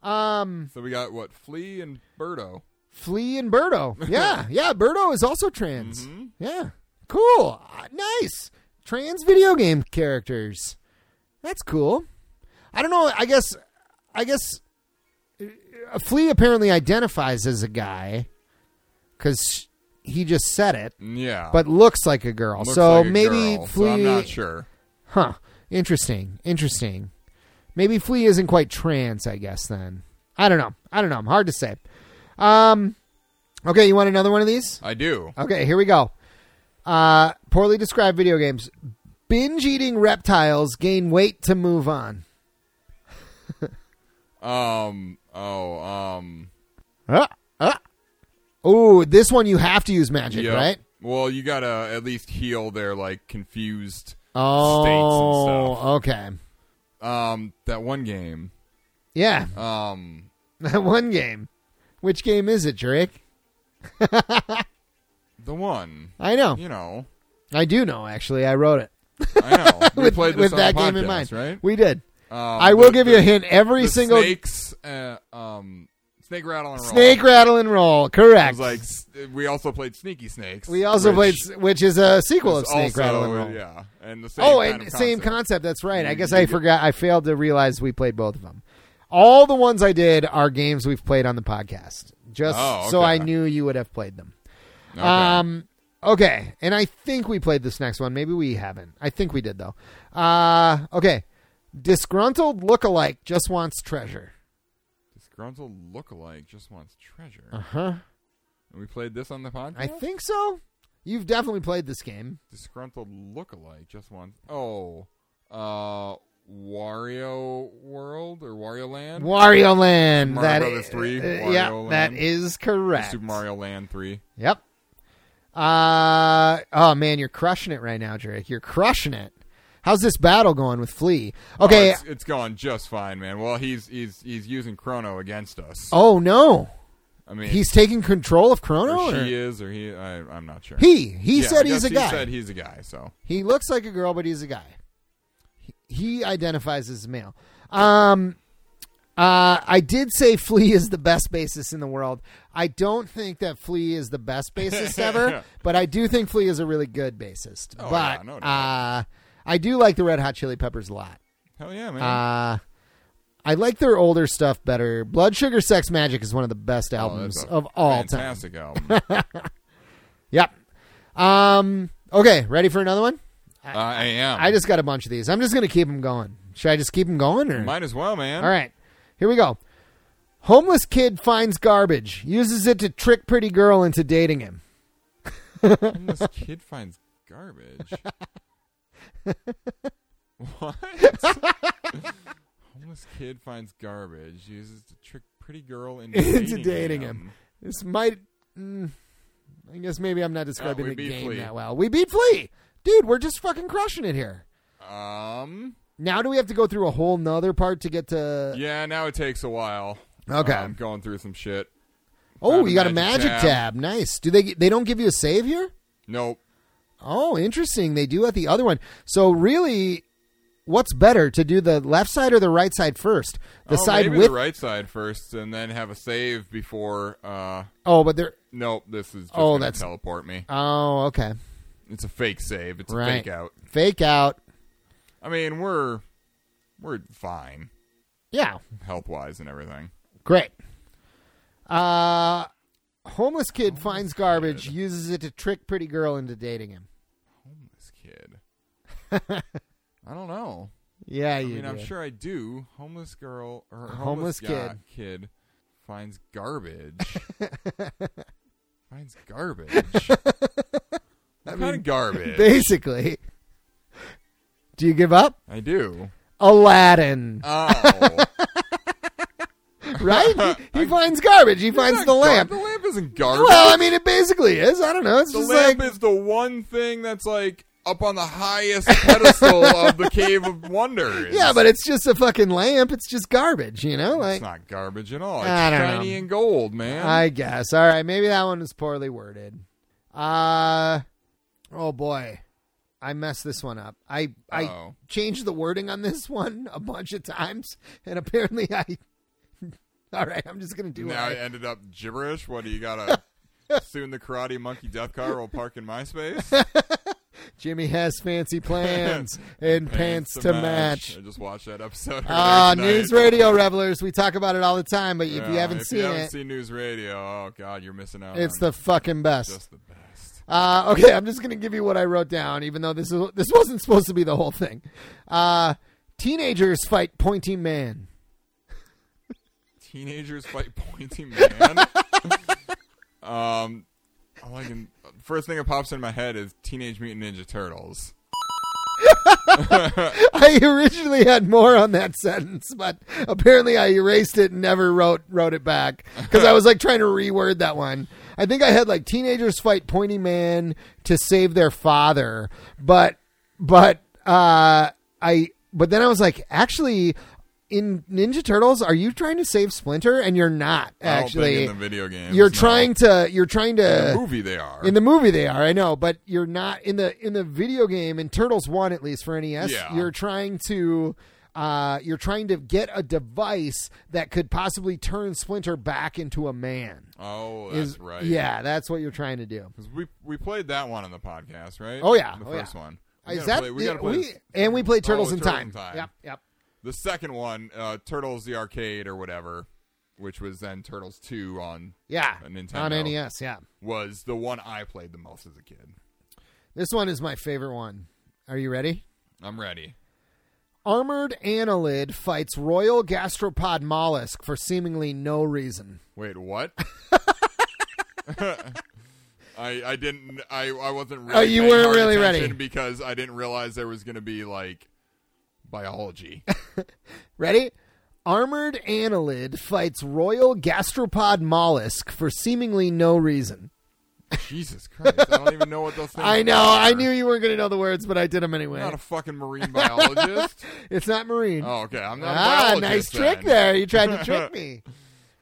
Speaker 2: Um.
Speaker 1: so we got what Flea and Birdo.
Speaker 2: Flea and
Speaker 1: [LAUGHS]
Speaker 2: Birdo. Yeah, yeah. Birdo is also trans.
Speaker 1: Mm-hmm.
Speaker 2: Yeah, cool, Uh, nice. Trans video game characters. That's cool. I don't know. I guess. I guess. Uh, Flea apparently identifies as a guy because he just said it,
Speaker 1: Yeah,
Speaker 2: but looks like a girl.
Speaker 1: Looks
Speaker 2: so
Speaker 1: like a
Speaker 2: maybe
Speaker 1: girl,
Speaker 2: Flea.
Speaker 1: So I'm not sure.
Speaker 2: Huh. Interesting. Interesting. Maybe Flea isn't quite trans. I guess then. I don't know. I don't know. Hard to say. Um, okay, you want another one of these?
Speaker 1: I do.
Speaker 2: Okay, here we go. Uh, poorly described video games. Binge eating reptiles gain weight to move on.
Speaker 1: Um. Oh. Um.
Speaker 2: Ah, ah. Ooh, this one you have to use magic,
Speaker 1: yeah.
Speaker 2: right?
Speaker 1: Well, you gotta at least heal their like confused. stuff.
Speaker 2: Oh, okay.
Speaker 1: Um. That one game.
Speaker 2: Yeah, [LAUGHS]
Speaker 1: Um.
Speaker 2: that one game. Which game is it, Drake?
Speaker 1: The one.
Speaker 2: I know.
Speaker 1: You know.
Speaker 2: I do know, actually. I wrote it
Speaker 1: I know.
Speaker 2: [LAUGHS]
Speaker 1: We
Speaker 2: with,
Speaker 1: played this
Speaker 2: with
Speaker 1: on
Speaker 2: that
Speaker 1: the
Speaker 2: game in
Speaker 1: podcast,
Speaker 2: mind.
Speaker 1: right?
Speaker 2: We did.
Speaker 1: Um,
Speaker 2: I will give you a hint. Every
Speaker 1: the
Speaker 2: single
Speaker 1: snakes. Uh, um. Snake rattle and roll.
Speaker 2: snake rattle and roll, correct?
Speaker 1: It was like s- we also played Sneaky Snakes.
Speaker 2: we also
Speaker 1: which
Speaker 2: played, s- which is a sequel
Speaker 1: is
Speaker 2: of Snake
Speaker 1: also-
Speaker 2: Rattle and Roll.
Speaker 1: Yeah, and the same.
Speaker 2: oh,
Speaker 1: kind
Speaker 2: and
Speaker 1: of
Speaker 2: same
Speaker 1: concept.
Speaker 2: concept. That's right. I
Speaker 1: You-
Speaker 2: guess
Speaker 1: you
Speaker 2: I
Speaker 1: get-
Speaker 2: forgot. I failed to realize we played both of them. All the ones I did are games we've played on the podcast. Just
Speaker 1: Oh,
Speaker 2: so
Speaker 1: okay.
Speaker 2: I knew you would have played them.
Speaker 1: Okay.
Speaker 2: Um, okay, and I think we played this next one. Maybe we haven't. I think we did though. Uh, okay, disgruntled lookalike just wants treasure.
Speaker 1: Disgruntled lookalike just wants treasure.
Speaker 2: Uh huh.
Speaker 1: And we played this on the podcast.
Speaker 2: I think so. You've definitely played this game.
Speaker 1: disgruntled lookalike just wants. Oh, uh, Wario World or Wario Land?
Speaker 2: Wario Land.
Speaker 1: Mario
Speaker 2: that
Speaker 1: Brothers 3,
Speaker 2: uh,
Speaker 1: Wario
Speaker 2: yeah,
Speaker 1: Land.
Speaker 2: that is
Speaker 1: Or
Speaker 2: correct.
Speaker 1: Super Mario Land Three.
Speaker 2: Yep. Uh oh man, you're crushing it right now, Drake. You're crushing it. How's this battle going with Flea?
Speaker 1: Oh,
Speaker 2: Okay.
Speaker 1: it's, it's gone just fine, man. Well, he's he's he's using Chrono against us.
Speaker 2: Oh, no,
Speaker 1: I mean,
Speaker 2: he's taking control of
Speaker 1: or
Speaker 2: Chrono.
Speaker 1: she
Speaker 2: or-
Speaker 1: is, or he. I, I'm not sure.
Speaker 2: He he
Speaker 1: Yeah,
Speaker 2: said
Speaker 1: I
Speaker 2: he's
Speaker 1: guess
Speaker 2: a
Speaker 1: he
Speaker 2: guy.
Speaker 1: said he's a guy. So
Speaker 2: He looks like a girl, but he's a guy. He, he identifies as male. Um, uh, I did say [LAUGHS] Flea is the best bassist in the world. I don't think that Flea is the best
Speaker 1: [LAUGHS]
Speaker 2: bassist ever, but I do think Flea is a really good bassist.
Speaker 1: Oh,
Speaker 2: but
Speaker 1: yeah, no doubt.
Speaker 2: uh, I do like the Red Hot Chili Peppers a lot.
Speaker 1: hell yeah, man.
Speaker 2: Uh, I like their older stuff better. Blood Sugar Sex Magic is one of the best
Speaker 1: Oh,
Speaker 2: albums
Speaker 1: that's a
Speaker 2: of all time.
Speaker 1: fantastic
Speaker 2: [LAUGHS]
Speaker 1: album. Uh,
Speaker 2: Yep. Um, okay, ready for another one?
Speaker 1: Uh, I am.
Speaker 2: I just got a bunch of these. I'm just going to keep them going. Should I just keep them going? Or?
Speaker 1: might as well, man.
Speaker 2: All right. Here we go. Homeless kid finds garbage, uses it to trick pretty girl into dating him. [LAUGHS]
Speaker 1: Homeless kid finds
Speaker 2: [LAUGHS]
Speaker 1: garbage. what? Homeless kid finds garbage. Uses to trick pretty
Speaker 2: [LAUGHS]
Speaker 1: girl into dating,
Speaker 2: Into dating him.
Speaker 1: him.
Speaker 2: This might. Mm, I guess maybe I'm not describing
Speaker 1: we
Speaker 2: the
Speaker 1: beat
Speaker 2: game
Speaker 1: Flea.
Speaker 2: that well. We beat Flea. Dude, we're just fucking crushing it here.
Speaker 1: Um.
Speaker 2: Now do we have to go through a whole nother part to get to.
Speaker 1: Yeah. Now it takes a while.
Speaker 2: Okay.
Speaker 1: I'm going through some shit.
Speaker 2: oh,
Speaker 1: found
Speaker 2: you
Speaker 1: a
Speaker 2: got a magic
Speaker 1: magic
Speaker 2: tab.
Speaker 1: tab.
Speaker 2: Nice. Do they They don't give you a save here?
Speaker 1: Nope.
Speaker 2: Oh, interesting. They do at the other one. So really, what's better to do the left side or the right side first? The
Speaker 1: oh,
Speaker 2: side
Speaker 1: maybe
Speaker 2: with
Speaker 1: the right side first, and then have a save before. Uh.
Speaker 2: oh, but they're
Speaker 1: Nope. This is. Just
Speaker 2: Oh,
Speaker 1: gonna
Speaker 2: that's-
Speaker 1: teleport me.
Speaker 2: oh okay.
Speaker 1: It's a fake save. It's a
Speaker 2: Right.
Speaker 1: fake out.
Speaker 2: Fake out.
Speaker 1: I mean, we're we're fine
Speaker 2: Yeah,
Speaker 1: health wise and everything.
Speaker 2: great. Uh, homeless kid finds garbage, uses it to trick pretty girl into dating him.
Speaker 1: Homeless kid.
Speaker 2: [LAUGHS]
Speaker 1: I don't know.
Speaker 2: Yeah,
Speaker 1: I
Speaker 2: you.
Speaker 1: mean, I'm
Speaker 2: did.
Speaker 1: sure I do. Homeless girl or homeless,
Speaker 2: homeless
Speaker 1: guy-
Speaker 2: kid.
Speaker 1: kid finds
Speaker 2: [LAUGHS]
Speaker 1: garbage. finds garbage. what kind of garbage?
Speaker 2: Basically, do you give up?
Speaker 1: I do.
Speaker 2: [LAUGHS]
Speaker 1: [LAUGHS]
Speaker 2: Aladdin,
Speaker 1: Oh,
Speaker 2: right? He, he finds garbage. He finds
Speaker 1: Not
Speaker 2: the
Speaker 1: gar-
Speaker 2: lamp.
Speaker 1: The lamp isn't garbage.
Speaker 2: Well, I mean, it basically is. I don't know. It's
Speaker 1: the
Speaker 2: just
Speaker 1: lamp
Speaker 2: like
Speaker 1: is the one thing that's like up on the highest pedestal of the cave of wonders.
Speaker 2: [LAUGHS] yeah, but it's just a fucking lamp. It's just garbage, you know.
Speaker 1: It's
Speaker 2: Like
Speaker 1: not garbage at all. It's
Speaker 2: I don't
Speaker 1: shiny
Speaker 2: know.
Speaker 1: and gold, man.
Speaker 2: I guess. All right, maybe that one was poorly worded. Uh oh boy, I messed this one up. I I
Speaker 1: Uh-oh.
Speaker 2: changed the wording on this [LAUGHS] one a bunch of times, and apparently I. [LAUGHS] All right, I'm just gonna do
Speaker 1: now it
Speaker 2: it.
Speaker 1: ended up gibberish. What do you
Speaker 2: [LAUGHS]
Speaker 1: gotta? soon the karate monkey death car will park in my
Speaker 2: [LAUGHS]
Speaker 1: space.
Speaker 2: Jimmy has
Speaker 1: [LAUGHS]
Speaker 2: fancy plans and pants, to match.
Speaker 1: I just watched that episode.
Speaker 2: Ah,
Speaker 1: earlier tonight.
Speaker 2: news radio revelers. We talk about it all the time, but if
Speaker 1: Yeah,
Speaker 2: you haven't
Speaker 1: if
Speaker 2: seen
Speaker 1: you haven't
Speaker 2: it,
Speaker 1: seen news radio, oh god, you're missing out.
Speaker 2: it's
Speaker 1: on
Speaker 2: the fucking best.
Speaker 1: just the best.
Speaker 2: Uh, okay, I'm just gonna give you what I wrote down, even though this is this wasn't supposed to be the whole thing. Uh, teenagers fight pointy man.
Speaker 1: teenagers fight [LAUGHS] pointy
Speaker 2: [LAUGHS]
Speaker 1: man. um, all I can first thing that pops in my head is Teenage Mutant Ninja Turtles.
Speaker 2: [LAUGHS] I originally had more on that sentence, but apparently I erased it and never wrote wrote it back because I was like trying to reword that one. I think I had like teenagers fight pointy man to save their father, but but uh, I but then I was like, actually, in Ninja Turtles, are you trying to save Splinter? And you're not
Speaker 1: I don't think
Speaker 2: actually.
Speaker 1: in the video games,
Speaker 2: You're
Speaker 1: no.
Speaker 2: trying to. You're trying to.
Speaker 1: In the movie they are.
Speaker 2: In the movie, they are. I know, but you're not in the in the video game in Turtles One at least for NES.
Speaker 1: Yeah.
Speaker 2: You're trying to. Uh, you're trying to get a device that could possibly turn Splinter back into a man.
Speaker 1: oh, that's
Speaker 2: Is-
Speaker 1: right.
Speaker 2: Yeah, that's what you're trying to do.
Speaker 1: 'Cause we we played that one on the podcast, right?
Speaker 2: Oh, yeah.
Speaker 1: the
Speaker 2: Oh,
Speaker 1: first
Speaker 2: yeah.
Speaker 1: one. We
Speaker 2: Is
Speaker 1: gotta
Speaker 2: that
Speaker 1: play- we gotta play
Speaker 2: we-
Speaker 1: this-
Speaker 2: and we played
Speaker 1: Oh,
Speaker 2: Turtles, in,
Speaker 1: Turtles
Speaker 2: time.
Speaker 1: in Time.
Speaker 2: Yep, yep.
Speaker 1: the second one, uh, Turtles the arcade or whatever, which was then Turtles two on
Speaker 2: Yeah.
Speaker 1: A Nintendo.
Speaker 2: On NES, yeah.
Speaker 1: was the one I played the most as a kid.
Speaker 2: This one is my favorite one. Are you ready?
Speaker 1: I'm ready.
Speaker 2: Armored Annelid fights royal gastropod mollusk for seemingly no reason.
Speaker 1: Wait,
Speaker 2: [LAUGHS]
Speaker 1: what? I I didn't I I wasn't really
Speaker 2: Oh, you
Speaker 1: paying
Speaker 2: weren't
Speaker 1: hard
Speaker 2: really ready.
Speaker 1: attention because I didn't realize there was going to be like
Speaker 2: [LAUGHS]
Speaker 1: biology.
Speaker 2: Ready? Armored annelid fights royal gastropod mollusk for seemingly no reason.
Speaker 1: Jesus Christ, I don't even know what those things
Speaker 2: I know.
Speaker 1: are.
Speaker 2: I knew you weren't going to know the words, but I did them
Speaker 1: I'm
Speaker 2: anyway.
Speaker 1: not a fucking marine
Speaker 2: [LAUGHS]
Speaker 1: biologist.
Speaker 2: it's not marine.
Speaker 1: oh, okay. I'm not a
Speaker 2: ah,
Speaker 1: biologist
Speaker 2: nice
Speaker 1: then.
Speaker 2: trick there. You tried to
Speaker 1: [LAUGHS]
Speaker 2: trick me.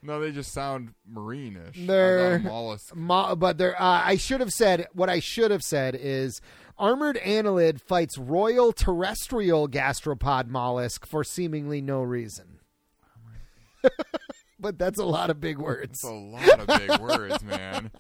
Speaker 1: No, they just sound marine-ish. I thought
Speaker 2: They're-
Speaker 1: mollusk.
Speaker 2: Mo- but there, uh, I should have said what I should have said is armored annelid fights royal terrestrial gastropod mollusk for seemingly no reason. [LAUGHS] but that's a lot of big words.
Speaker 1: It's a lot of
Speaker 2: [LAUGHS]
Speaker 1: big words, man.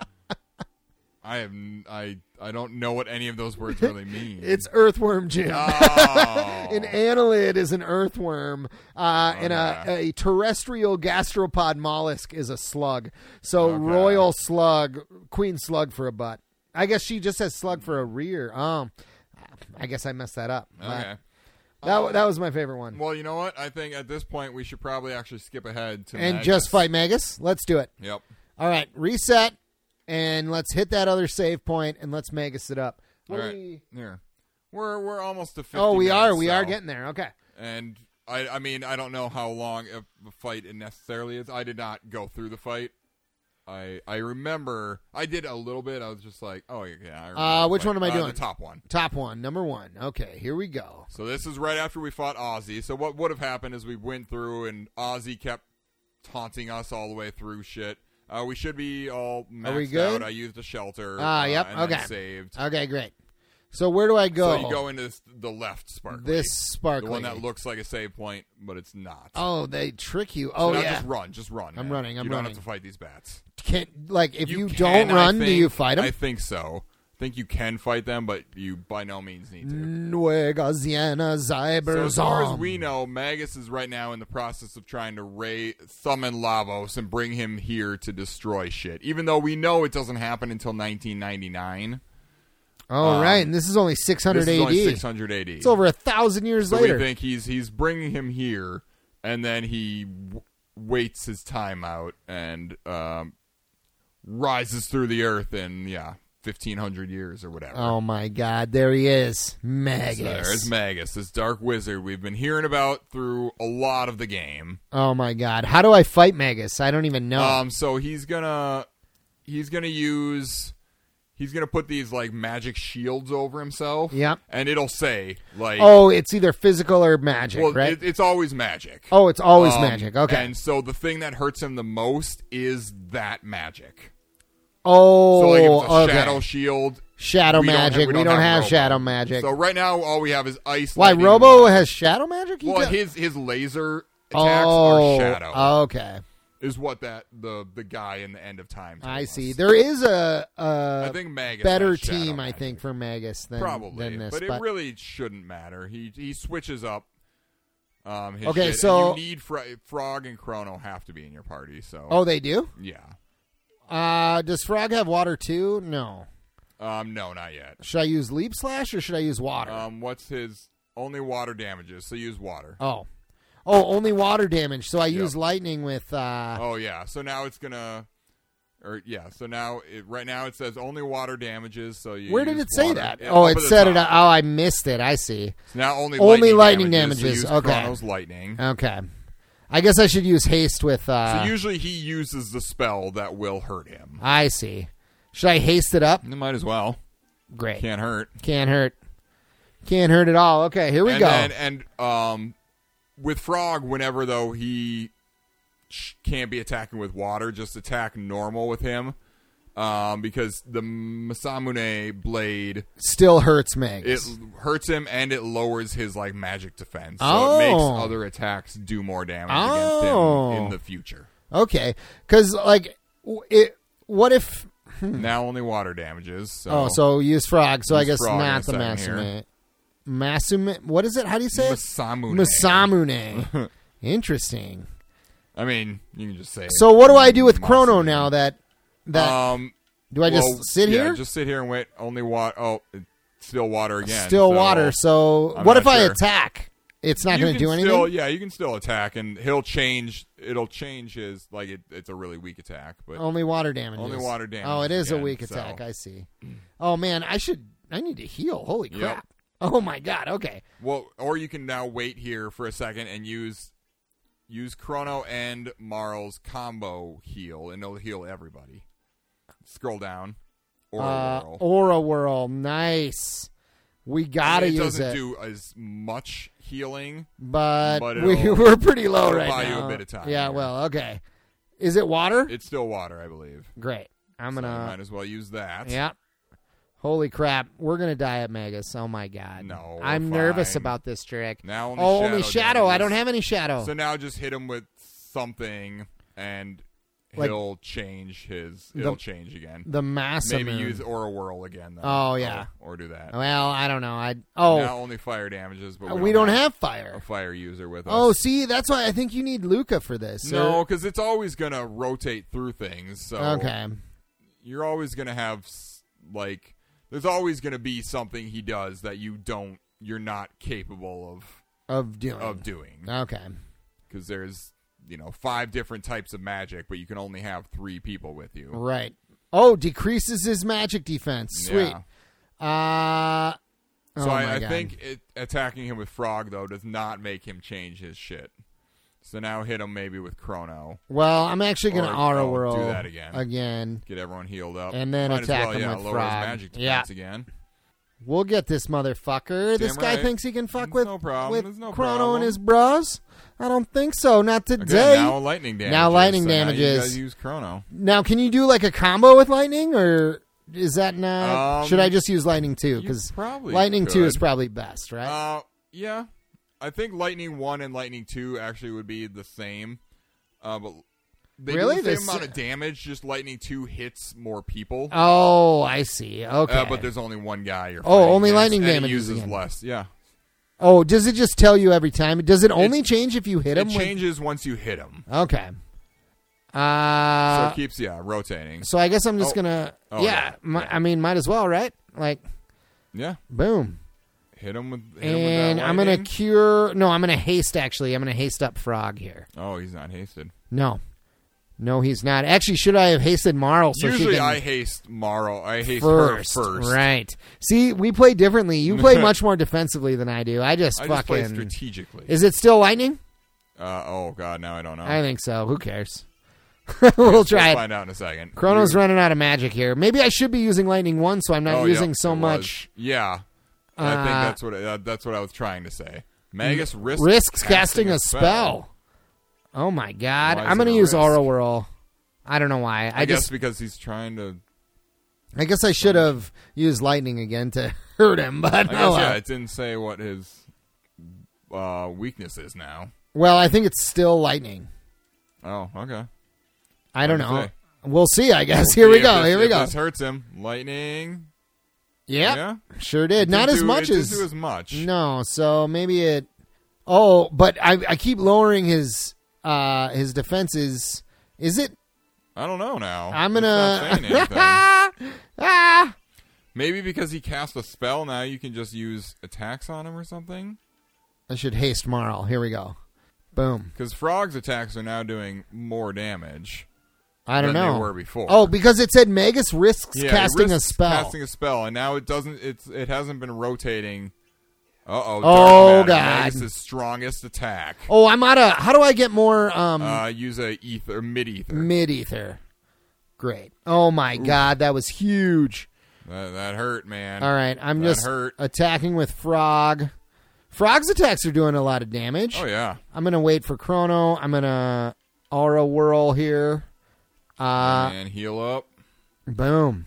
Speaker 1: I have n- I I don't know what any of those words really mean.
Speaker 2: It's earthworm Jim. [LAUGHS]
Speaker 1: oh.
Speaker 2: An annelid is an earthworm, uh, and a,
Speaker 1: Okay.
Speaker 2: a terrestrial gastropod mollusk is a slug. So
Speaker 1: Okay.
Speaker 2: royal slug, queen slug for a butt. I guess she just says slug for a rear. Um, I guess I messed that up.
Speaker 1: okay.
Speaker 2: Uh, that wa- that was my favorite one.
Speaker 1: Well, you know what? I think at this point we should probably actually skip ahead to
Speaker 2: and
Speaker 1: Magnus.
Speaker 2: just fight Magus. Let's do it.
Speaker 1: Yep.
Speaker 2: All right, reset, and let's hit that other save point, and let's Magus it up.
Speaker 1: All
Speaker 2: What do
Speaker 1: right.
Speaker 2: we-
Speaker 1: Here. We're we're almost to 50
Speaker 2: Oh, we
Speaker 1: minutes,
Speaker 2: are. We are
Speaker 1: so-
Speaker 2: getting there. Okay.
Speaker 1: And I I mean I don't know how long a a fight it necessarily is. I did not go through the fight. I I remember I did a little bit. I was just like, oh yeah. I remember
Speaker 2: Uh,
Speaker 1: the
Speaker 2: which
Speaker 1: fight.
Speaker 2: one am I
Speaker 1: Uh,
Speaker 2: doing?
Speaker 1: The top one.
Speaker 2: Top one, number one. Okay, here we go.
Speaker 1: So this is right after we fought Ozzy. So what would have happened is we went through and Ozzy kept taunting us all the way through shit. Uh, we should be all maxed
Speaker 2: we good?
Speaker 1: out. I used a shelter.
Speaker 2: Ah,
Speaker 1: uh,
Speaker 2: yep,
Speaker 1: And then
Speaker 2: okay.
Speaker 1: saved.
Speaker 2: Okay, great. So where do I go?
Speaker 1: So you go into this, the left sparkly.
Speaker 2: this
Speaker 1: the
Speaker 2: sparkly.
Speaker 1: one that looks like a save point, but it's not.
Speaker 2: oh, they trick you.
Speaker 1: So
Speaker 2: Oh
Speaker 1: now
Speaker 2: yeah.
Speaker 1: Just run. Just run.
Speaker 2: I'm
Speaker 1: man.
Speaker 2: running, I'm
Speaker 1: you don't
Speaker 2: running.
Speaker 1: have to fight these bats.
Speaker 2: Can't like if you,
Speaker 1: can,
Speaker 2: don't
Speaker 1: I
Speaker 2: run, do
Speaker 1: think-
Speaker 2: you fight
Speaker 1: I
Speaker 2: them?
Speaker 1: think so. I think you can fight them, but you by no means need to.
Speaker 2: Nuega Ziena
Speaker 1: So
Speaker 2: Zyber
Speaker 1: as far as
Speaker 2: Zom.
Speaker 1: we know, Magus is right now in the process of trying to ra- summon Lavos and bring him here to destroy shit. Even though we know it doesn't happen until 1999.
Speaker 2: Oh
Speaker 1: um,
Speaker 2: right, and this is only 600
Speaker 1: This is only
Speaker 2: AD.
Speaker 1: 600 AD.
Speaker 2: It's over a thousand years
Speaker 1: so we
Speaker 2: later.
Speaker 1: think he's he's bringing him here, and then he w- waits his time out and um, rises through the earth in yeah 1500 years or whatever.
Speaker 2: oh my God, there he is,
Speaker 1: So There's
Speaker 2: Magus.
Speaker 1: Magus, this dark wizard we've been hearing about through a lot of the game.
Speaker 2: oh my God, how do I fight Magus? I don't even know.
Speaker 1: Um, so he's gonna he's gonna use he's gonna put these like magic shields over himself.
Speaker 2: Yep.
Speaker 1: and it'll say like
Speaker 2: oh, it's either physical or magic,
Speaker 1: well,
Speaker 2: right?
Speaker 1: it, it's always magic.
Speaker 2: oh, it's always
Speaker 1: Um,
Speaker 2: magic. Okay.
Speaker 1: and so the thing that hurts him the most is that magic.
Speaker 2: oh,
Speaker 1: So like if it's a
Speaker 2: okay.
Speaker 1: shadow shield.
Speaker 2: Shadow
Speaker 1: we don't have-
Speaker 2: magic.
Speaker 1: we don't have Robo.
Speaker 2: shadow magic.
Speaker 1: So right now all we have is ice.
Speaker 2: Why
Speaker 1: lightning,
Speaker 2: Robo
Speaker 1: water.
Speaker 2: has shadow magic? He
Speaker 1: well
Speaker 2: got-
Speaker 1: his his laser attacks
Speaker 2: oh,
Speaker 1: are shadow
Speaker 2: Okay,
Speaker 1: is what that the the guy in the end of time. told
Speaker 2: I
Speaker 1: us.
Speaker 2: see. There is a,
Speaker 1: I
Speaker 2: a
Speaker 1: think Magus
Speaker 2: better
Speaker 1: has shadow
Speaker 2: team, I
Speaker 1: magic.
Speaker 2: think, for Magus than
Speaker 1: probably,
Speaker 2: than this.
Speaker 1: but, it really shouldn't matter. He he switches up. Um, his
Speaker 2: Okay,
Speaker 1: shit. And
Speaker 2: so-
Speaker 1: you need Fro- Frog and Chrono have to be in your party. So
Speaker 2: oh, they do.
Speaker 1: yeah,
Speaker 2: Uh, does Frog have water too? No.
Speaker 1: um, no, not yet.
Speaker 2: Should I use
Speaker 1: Uh,
Speaker 2: leap slash or should I use water? [LAUGHS]
Speaker 1: Um, what's his only water damages? So use water.
Speaker 2: oh, Oh, only water damage. So I use lightning with. Uh,
Speaker 1: Oh yeah. So now it's gonna. Or yeah. So now it, right now it says only water damages. So you.
Speaker 2: where did
Speaker 1: use
Speaker 2: it say
Speaker 1: water.
Speaker 2: that?
Speaker 1: Yeah,
Speaker 2: oh,
Speaker 1: up
Speaker 2: it
Speaker 1: at the
Speaker 2: said it. Oh,
Speaker 1: top.
Speaker 2: I missed it. I see.
Speaker 1: It's now only
Speaker 2: Only
Speaker 1: lightning
Speaker 2: lightning
Speaker 1: damages.
Speaker 2: damages,
Speaker 1: So use
Speaker 2: okay.
Speaker 1: Chrono's lightning.
Speaker 2: Okay. I guess I should use haste with.
Speaker 1: so
Speaker 2: Uh,
Speaker 1: usually he uses the spell that will hurt him.
Speaker 2: I see. Should I haste it up?
Speaker 1: You might as well.
Speaker 2: Great.
Speaker 1: Can't hurt.
Speaker 2: Can't hurt. Can't hurt at all. Okay, here we
Speaker 1: and
Speaker 2: go.
Speaker 1: Then, and um, with Frog, whenever though he sh- can't be attacking with water, just attack normal with him. Um, because the Masamune blade,
Speaker 2: Still hurts Meg.
Speaker 1: it hurts him and it lowers his like magic defense, so
Speaker 2: Oh.
Speaker 1: it makes other attacks do more damage
Speaker 2: Oh.
Speaker 1: against him in the future.
Speaker 2: Okay, because like w- it. What if?
Speaker 1: Now only water damages. So
Speaker 2: Hmm. Oh, so use frog. So I
Speaker 1: Use
Speaker 2: guess
Speaker 1: frog in
Speaker 2: not the
Speaker 1: a second
Speaker 2: Masume. Masume. What is it? How do you say it?
Speaker 1: Masamune. [LAUGHS]
Speaker 2: Masamune. Interesting.
Speaker 1: I mean, you can just say. it.
Speaker 2: So what do I do with Chrono
Speaker 1: Masamune.
Speaker 2: now? That that
Speaker 1: Um,
Speaker 2: do I just
Speaker 1: Well,
Speaker 2: sit
Speaker 1: yeah,
Speaker 2: here?
Speaker 1: Just sit here and wait. Only water. Oh, it's still water again.
Speaker 2: Still
Speaker 1: so
Speaker 2: water. So
Speaker 1: I'm
Speaker 2: what
Speaker 1: not
Speaker 2: if I
Speaker 1: sure.
Speaker 2: attack? It's
Speaker 1: you
Speaker 2: not going
Speaker 1: can
Speaker 2: to do anything.
Speaker 1: Still, yeah, you can still attack, and he'll change. It'll change his like. It, it's a really weak attack, but
Speaker 2: Only water damage.
Speaker 1: Only water damage
Speaker 2: Oh, it is a
Speaker 1: again,
Speaker 2: weak
Speaker 1: so-
Speaker 2: attack. I see. Oh man, I should. I need to heal. Holy
Speaker 1: Yep.
Speaker 2: crap. Oh my god. Okay.
Speaker 1: well, or you can now wait here for a second and use use Chrono and Marl's combo heal, and it'll heal everybody. Scroll down, or
Speaker 2: Uh,
Speaker 1: whirl.
Speaker 2: Aura Whirl. Nice. We gotta
Speaker 1: it
Speaker 2: use
Speaker 1: doesn't
Speaker 2: it,
Speaker 1: do as much healing.
Speaker 2: but,
Speaker 1: but
Speaker 2: we,
Speaker 1: it'll-
Speaker 2: [LAUGHS] we're pretty low
Speaker 1: it'll
Speaker 2: right
Speaker 1: buy you
Speaker 2: now.
Speaker 1: a bit of time
Speaker 2: Yeah.
Speaker 1: here.
Speaker 2: Well. Okay. Is it water?
Speaker 1: It's still water, I believe.
Speaker 2: Great. I'm
Speaker 1: So you
Speaker 2: gonna.
Speaker 1: might as well use that.
Speaker 2: yeah. Holy crap. We're gonna die at Magus. Oh my god.
Speaker 1: No, we're
Speaker 2: I'm nervous
Speaker 1: fine.
Speaker 2: about this trick.
Speaker 1: Now only
Speaker 2: oh,
Speaker 1: shadow
Speaker 2: only shadow. I
Speaker 1: damages.
Speaker 2: don't have any shadow.
Speaker 1: So now just hit him with something, and
Speaker 2: Like-
Speaker 1: he'll change his. It'll change again.
Speaker 2: the mass.
Speaker 1: Maybe use Aura Whirl again. Though.
Speaker 2: Oh, yeah.
Speaker 1: or, or do that.
Speaker 2: Well, I don't know. I oh,
Speaker 1: Now only fire damages, but we,
Speaker 2: we don't have fire.
Speaker 1: a fire user with us.
Speaker 2: Oh, see, that's why I think you need Luca for this.
Speaker 1: no,
Speaker 2: or-
Speaker 1: because it's always gonna rotate through things. So
Speaker 2: okay.
Speaker 1: you're always gonna have s- like there's always gonna be something he does that you don't you're not capable of
Speaker 2: Of doing.
Speaker 1: of doing
Speaker 2: okay.
Speaker 1: because there's you know five different types of magic, but you can only have three people with you.
Speaker 2: Right. Oh, decreases his magic defense. Sweet.
Speaker 1: Yeah.
Speaker 2: Uh.
Speaker 1: So
Speaker 2: oh my
Speaker 1: I, I
Speaker 2: God.
Speaker 1: think it, attacking him with Frog though does not make him change his shit. So now hit him maybe with Chrono,
Speaker 2: Well, I'm actually going to
Speaker 1: Or-
Speaker 2: aura
Speaker 1: oh, do
Speaker 2: whirl
Speaker 1: that again.
Speaker 2: Again,
Speaker 1: get everyone healed up,
Speaker 2: And then
Speaker 1: Might
Speaker 2: attack
Speaker 1: as well,
Speaker 2: him
Speaker 1: yeah,
Speaker 2: with
Speaker 1: lower
Speaker 2: Frog.
Speaker 1: His magic
Speaker 2: Yeah.
Speaker 1: defense again.
Speaker 2: we'll get this motherfucker. this
Speaker 1: Damn
Speaker 2: guy
Speaker 1: right.
Speaker 2: thinks he can fuck
Speaker 1: It's
Speaker 2: with
Speaker 1: no problem.
Speaker 2: with
Speaker 1: It's no
Speaker 2: Chrono
Speaker 1: problem.
Speaker 2: and his bros. I don't think so. Not
Speaker 1: Again,
Speaker 2: today.
Speaker 1: now lightning damages.
Speaker 2: Now lightning
Speaker 1: so Now
Speaker 2: damages.
Speaker 1: you guys use Chrono.
Speaker 2: Now, can you do like a combo with lightning, or is that not?
Speaker 1: Um,
Speaker 2: should I just use lightning two?
Speaker 1: you
Speaker 2: Because
Speaker 1: probably
Speaker 2: lightning two
Speaker 1: could.
Speaker 2: is probably best, right?
Speaker 1: Uh, yeah, I think Lightning One and Lightning Two actually would be the same. Uh, but they
Speaker 2: Really?
Speaker 1: do
Speaker 2: They're
Speaker 1: the same amount
Speaker 2: s-
Speaker 1: of damage. Just Lightning Two hits more people.
Speaker 2: oh, I see. Okay.
Speaker 1: Uh, but there's only one guy. You're
Speaker 2: Oh,
Speaker 1: fighting
Speaker 2: only
Speaker 1: against,
Speaker 2: lightning
Speaker 1: and he
Speaker 2: damages
Speaker 1: uses
Speaker 2: again.
Speaker 1: less. Yeah,
Speaker 2: oh, does it just tell you every time? Does it only change if you hit
Speaker 1: it
Speaker 2: him?
Speaker 1: changes once you hit him.
Speaker 2: With, okay.
Speaker 1: So
Speaker 2: Uh,
Speaker 1: it
Speaker 2: so,
Speaker 1: keeps yeah rotating.
Speaker 2: I guess I'm just
Speaker 1: Oh.
Speaker 2: gonna.
Speaker 1: Oh,
Speaker 2: yeah.
Speaker 1: yeah.
Speaker 2: mi- I mean, might as well, right? Like,
Speaker 1: Yeah,
Speaker 2: boom.
Speaker 1: hit him with. Hit him with
Speaker 2: And
Speaker 1: that
Speaker 2: I'm gonna
Speaker 1: lightning.
Speaker 2: cure. No, I'm gonna haste. Actually, I'm gonna haste up frog here.
Speaker 1: Oh, he's not hasted.
Speaker 2: No. No, he's not. Actually, should I have hasted Marl? So she
Speaker 1: Usually
Speaker 2: can...
Speaker 1: I haste Marl. I haste
Speaker 2: first,
Speaker 1: her first.
Speaker 2: Right. See, we play differently. You play
Speaker 1: [LAUGHS]
Speaker 2: much more defensively than I do. I just
Speaker 1: I just
Speaker 2: fucking.
Speaker 1: play strategically.
Speaker 2: Is it still lightning?
Speaker 1: uh, oh God, now I don't know.
Speaker 2: I think so. Who cares? [LAUGHS] we'll try
Speaker 1: We'll
Speaker 2: it.
Speaker 1: find out in a second.
Speaker 2: Chrono's
Speaker 1: You-
Speaker 2: running out of magic here. Maybe I should be using lightning one, so I'm not
Speaker 1: Oh,
Speaker 2: using
Speaker 1: yep,
Speaker 2: so
Speaker 1: it
Speaker 2: much
Speaker 1: was. Yeah, I think
Speaker 2: Uh,
Speaker 1: that's what uh, that's what I was trying to say. Magus risks,
Speaker 2: risks casting, a spell. Oh my god!
Speaker 1: Why is
Speaker 2: I'm gonna
Speaker 1: it a
Speaker 2: use
Speaker 1: risk?
Speaker 2: aura whirl. I don't know why. I,
Speaker 1: I, guess
Speaker 2: just
Speaker 1: because he's trying to.
Speaker 2: I guess I should have used lightning again to [LAUGHS] hurt him, but
Speaker 1: I
Speaker 2: oh
Speaker 1: guess, yeah,
Speaker 2: well.
Speaker 1: it didn't say what his uh, weakness is now.
Speaker 2: well, I think it's still lightning.
Speaker 1: Oh, okay.
Speaker 2: I
Speaker 1: Hard
Speaker 2: don't
Speaker 1: to
Speaker 2: know.
Speaker 1: say.
Speaker 2: We'll see. I [LAUGHS] guess.
Speaker 1: We'll
Speaker 2: here we
Speaker 1: see if
Speaker 2: go.
Speaker 1: this-
Speaker 2: Here we
Speaker 1: if
Speaker 2: go.
Speaker 1: This hurts him. Lightning.
Speaker 2: Yep.
Speaker 1: Yeah.
Speaker 2: Sure
Speaker 1: It
Speaker 2: did. Not
Speaker 1: didn't
Speaker 2: as
Speaker 1: do-
Speaker 2: much
Speaker 1: it didn't
Speaker 2: as,
Speaker 1: do as much.
Speaker 2: no. So maybe it. Oh, but I I keep lowering his uh his defenses. Is it?
Speaker 1: I don't know now.
Speaker 2: I'm
Speaker 1: It's not
Speaker 2: [LAUGHS]
Speaker 1: saying
Speaker 2: gonna.
Speaker 1: anything.
Speaker 2: ah!
Speaker 1: Maybe because he cast a spell, now you can just use attacks on him or something.
Speaker 2: I should haste Marl. Here we go. Boom.
Speaker 1: Because frogs' attacks are now doing more damage
Speaker 2: I don't
Speaker 1: than
Speaker 2: know.
Speaker 1: they were before.
Speaker 2: Oh, because it said Magus risks
Speaker 1: Yeah, it
Speaker 2: casting a
Speaker 1: risks
Speaker 2: spell.
Speaker 1: Casting a spell, and now it doesn't. It's it hasn't been rotating. Uh oh.
Speaker 2: Oh, God.
Speaker 1: Magus' strongest attack.
Speaker 2: oh, I'm out of. How do I get more um,
Speaker 1: Uh, use a ether mid ether.
Speaker 2: mid ether? Great. Oh my god, that was huge.
Speaker 1: That, that hurt, man.
Speaker 2: All right, I'm
Speaker 1: That
Speaker 2: just
Speaker 1: hurt.
Speaker 2: attacking with frog. Frog's attacks are doing a lot of damage.
Speaker 1: Oh yeah.
Speaker 2: I'm gonna wait for Chrono. I'm gonna aura whirl here. Uh,
Speaker 1: and heal up.
Speaker 2: boom.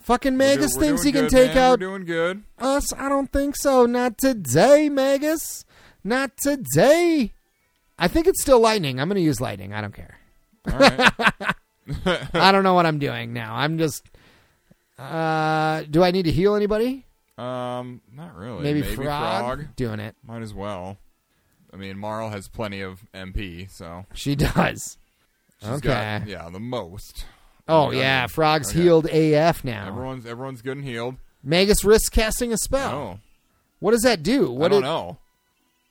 Speaker 2: Fucking
Speaker 1: We're
Speaker 2: Magus
Speaker 1: do- we're
Speaker 2: thinks he
Speaker 1: doing
Speaker 2: can
Speaker 1: good,
Speaker 2: take
Speaker 1: man.
Speaker 2: out
Speaker 1: We're doing
Speaker 2: [LAUGHS]
Speaker 1: good.
Speaker 2: us? I don't think so. Not today, Magus. Not today. I think it's still lightning. I'm going to use lightning. I don't care.
Speaker 1: All right.
Speaker 2: I don't know what I'm doing now. I'm just. Uh, do I need to heal anybody?
Speaker 1: um, not really.
Speaker 2: Maybe,
Speaker 1: frog.
Speaker 2: Doing it.
Speaker 1: Might as well. I mean, Marl has plenty of MP, so
Speaker 2: She does.
Speaker 1: she's
Speaker 2: okay.
Speaker 1: got yeah the most.
Speaker 2: oh,
Speaker 1: okay.
Speaker 2: yeah. Frog's
Speaker 1: Okay.
Speaker 2: healed AF now.
Speaker 1: Everyone's everyone's good and healed.
Speaker 2: Magus risks casting a spell.
Speaker 1: Oh,
Speaker 2: What does that do? What
Speaker 1: I don't
Speaker 2: it-
Speaker 1: know.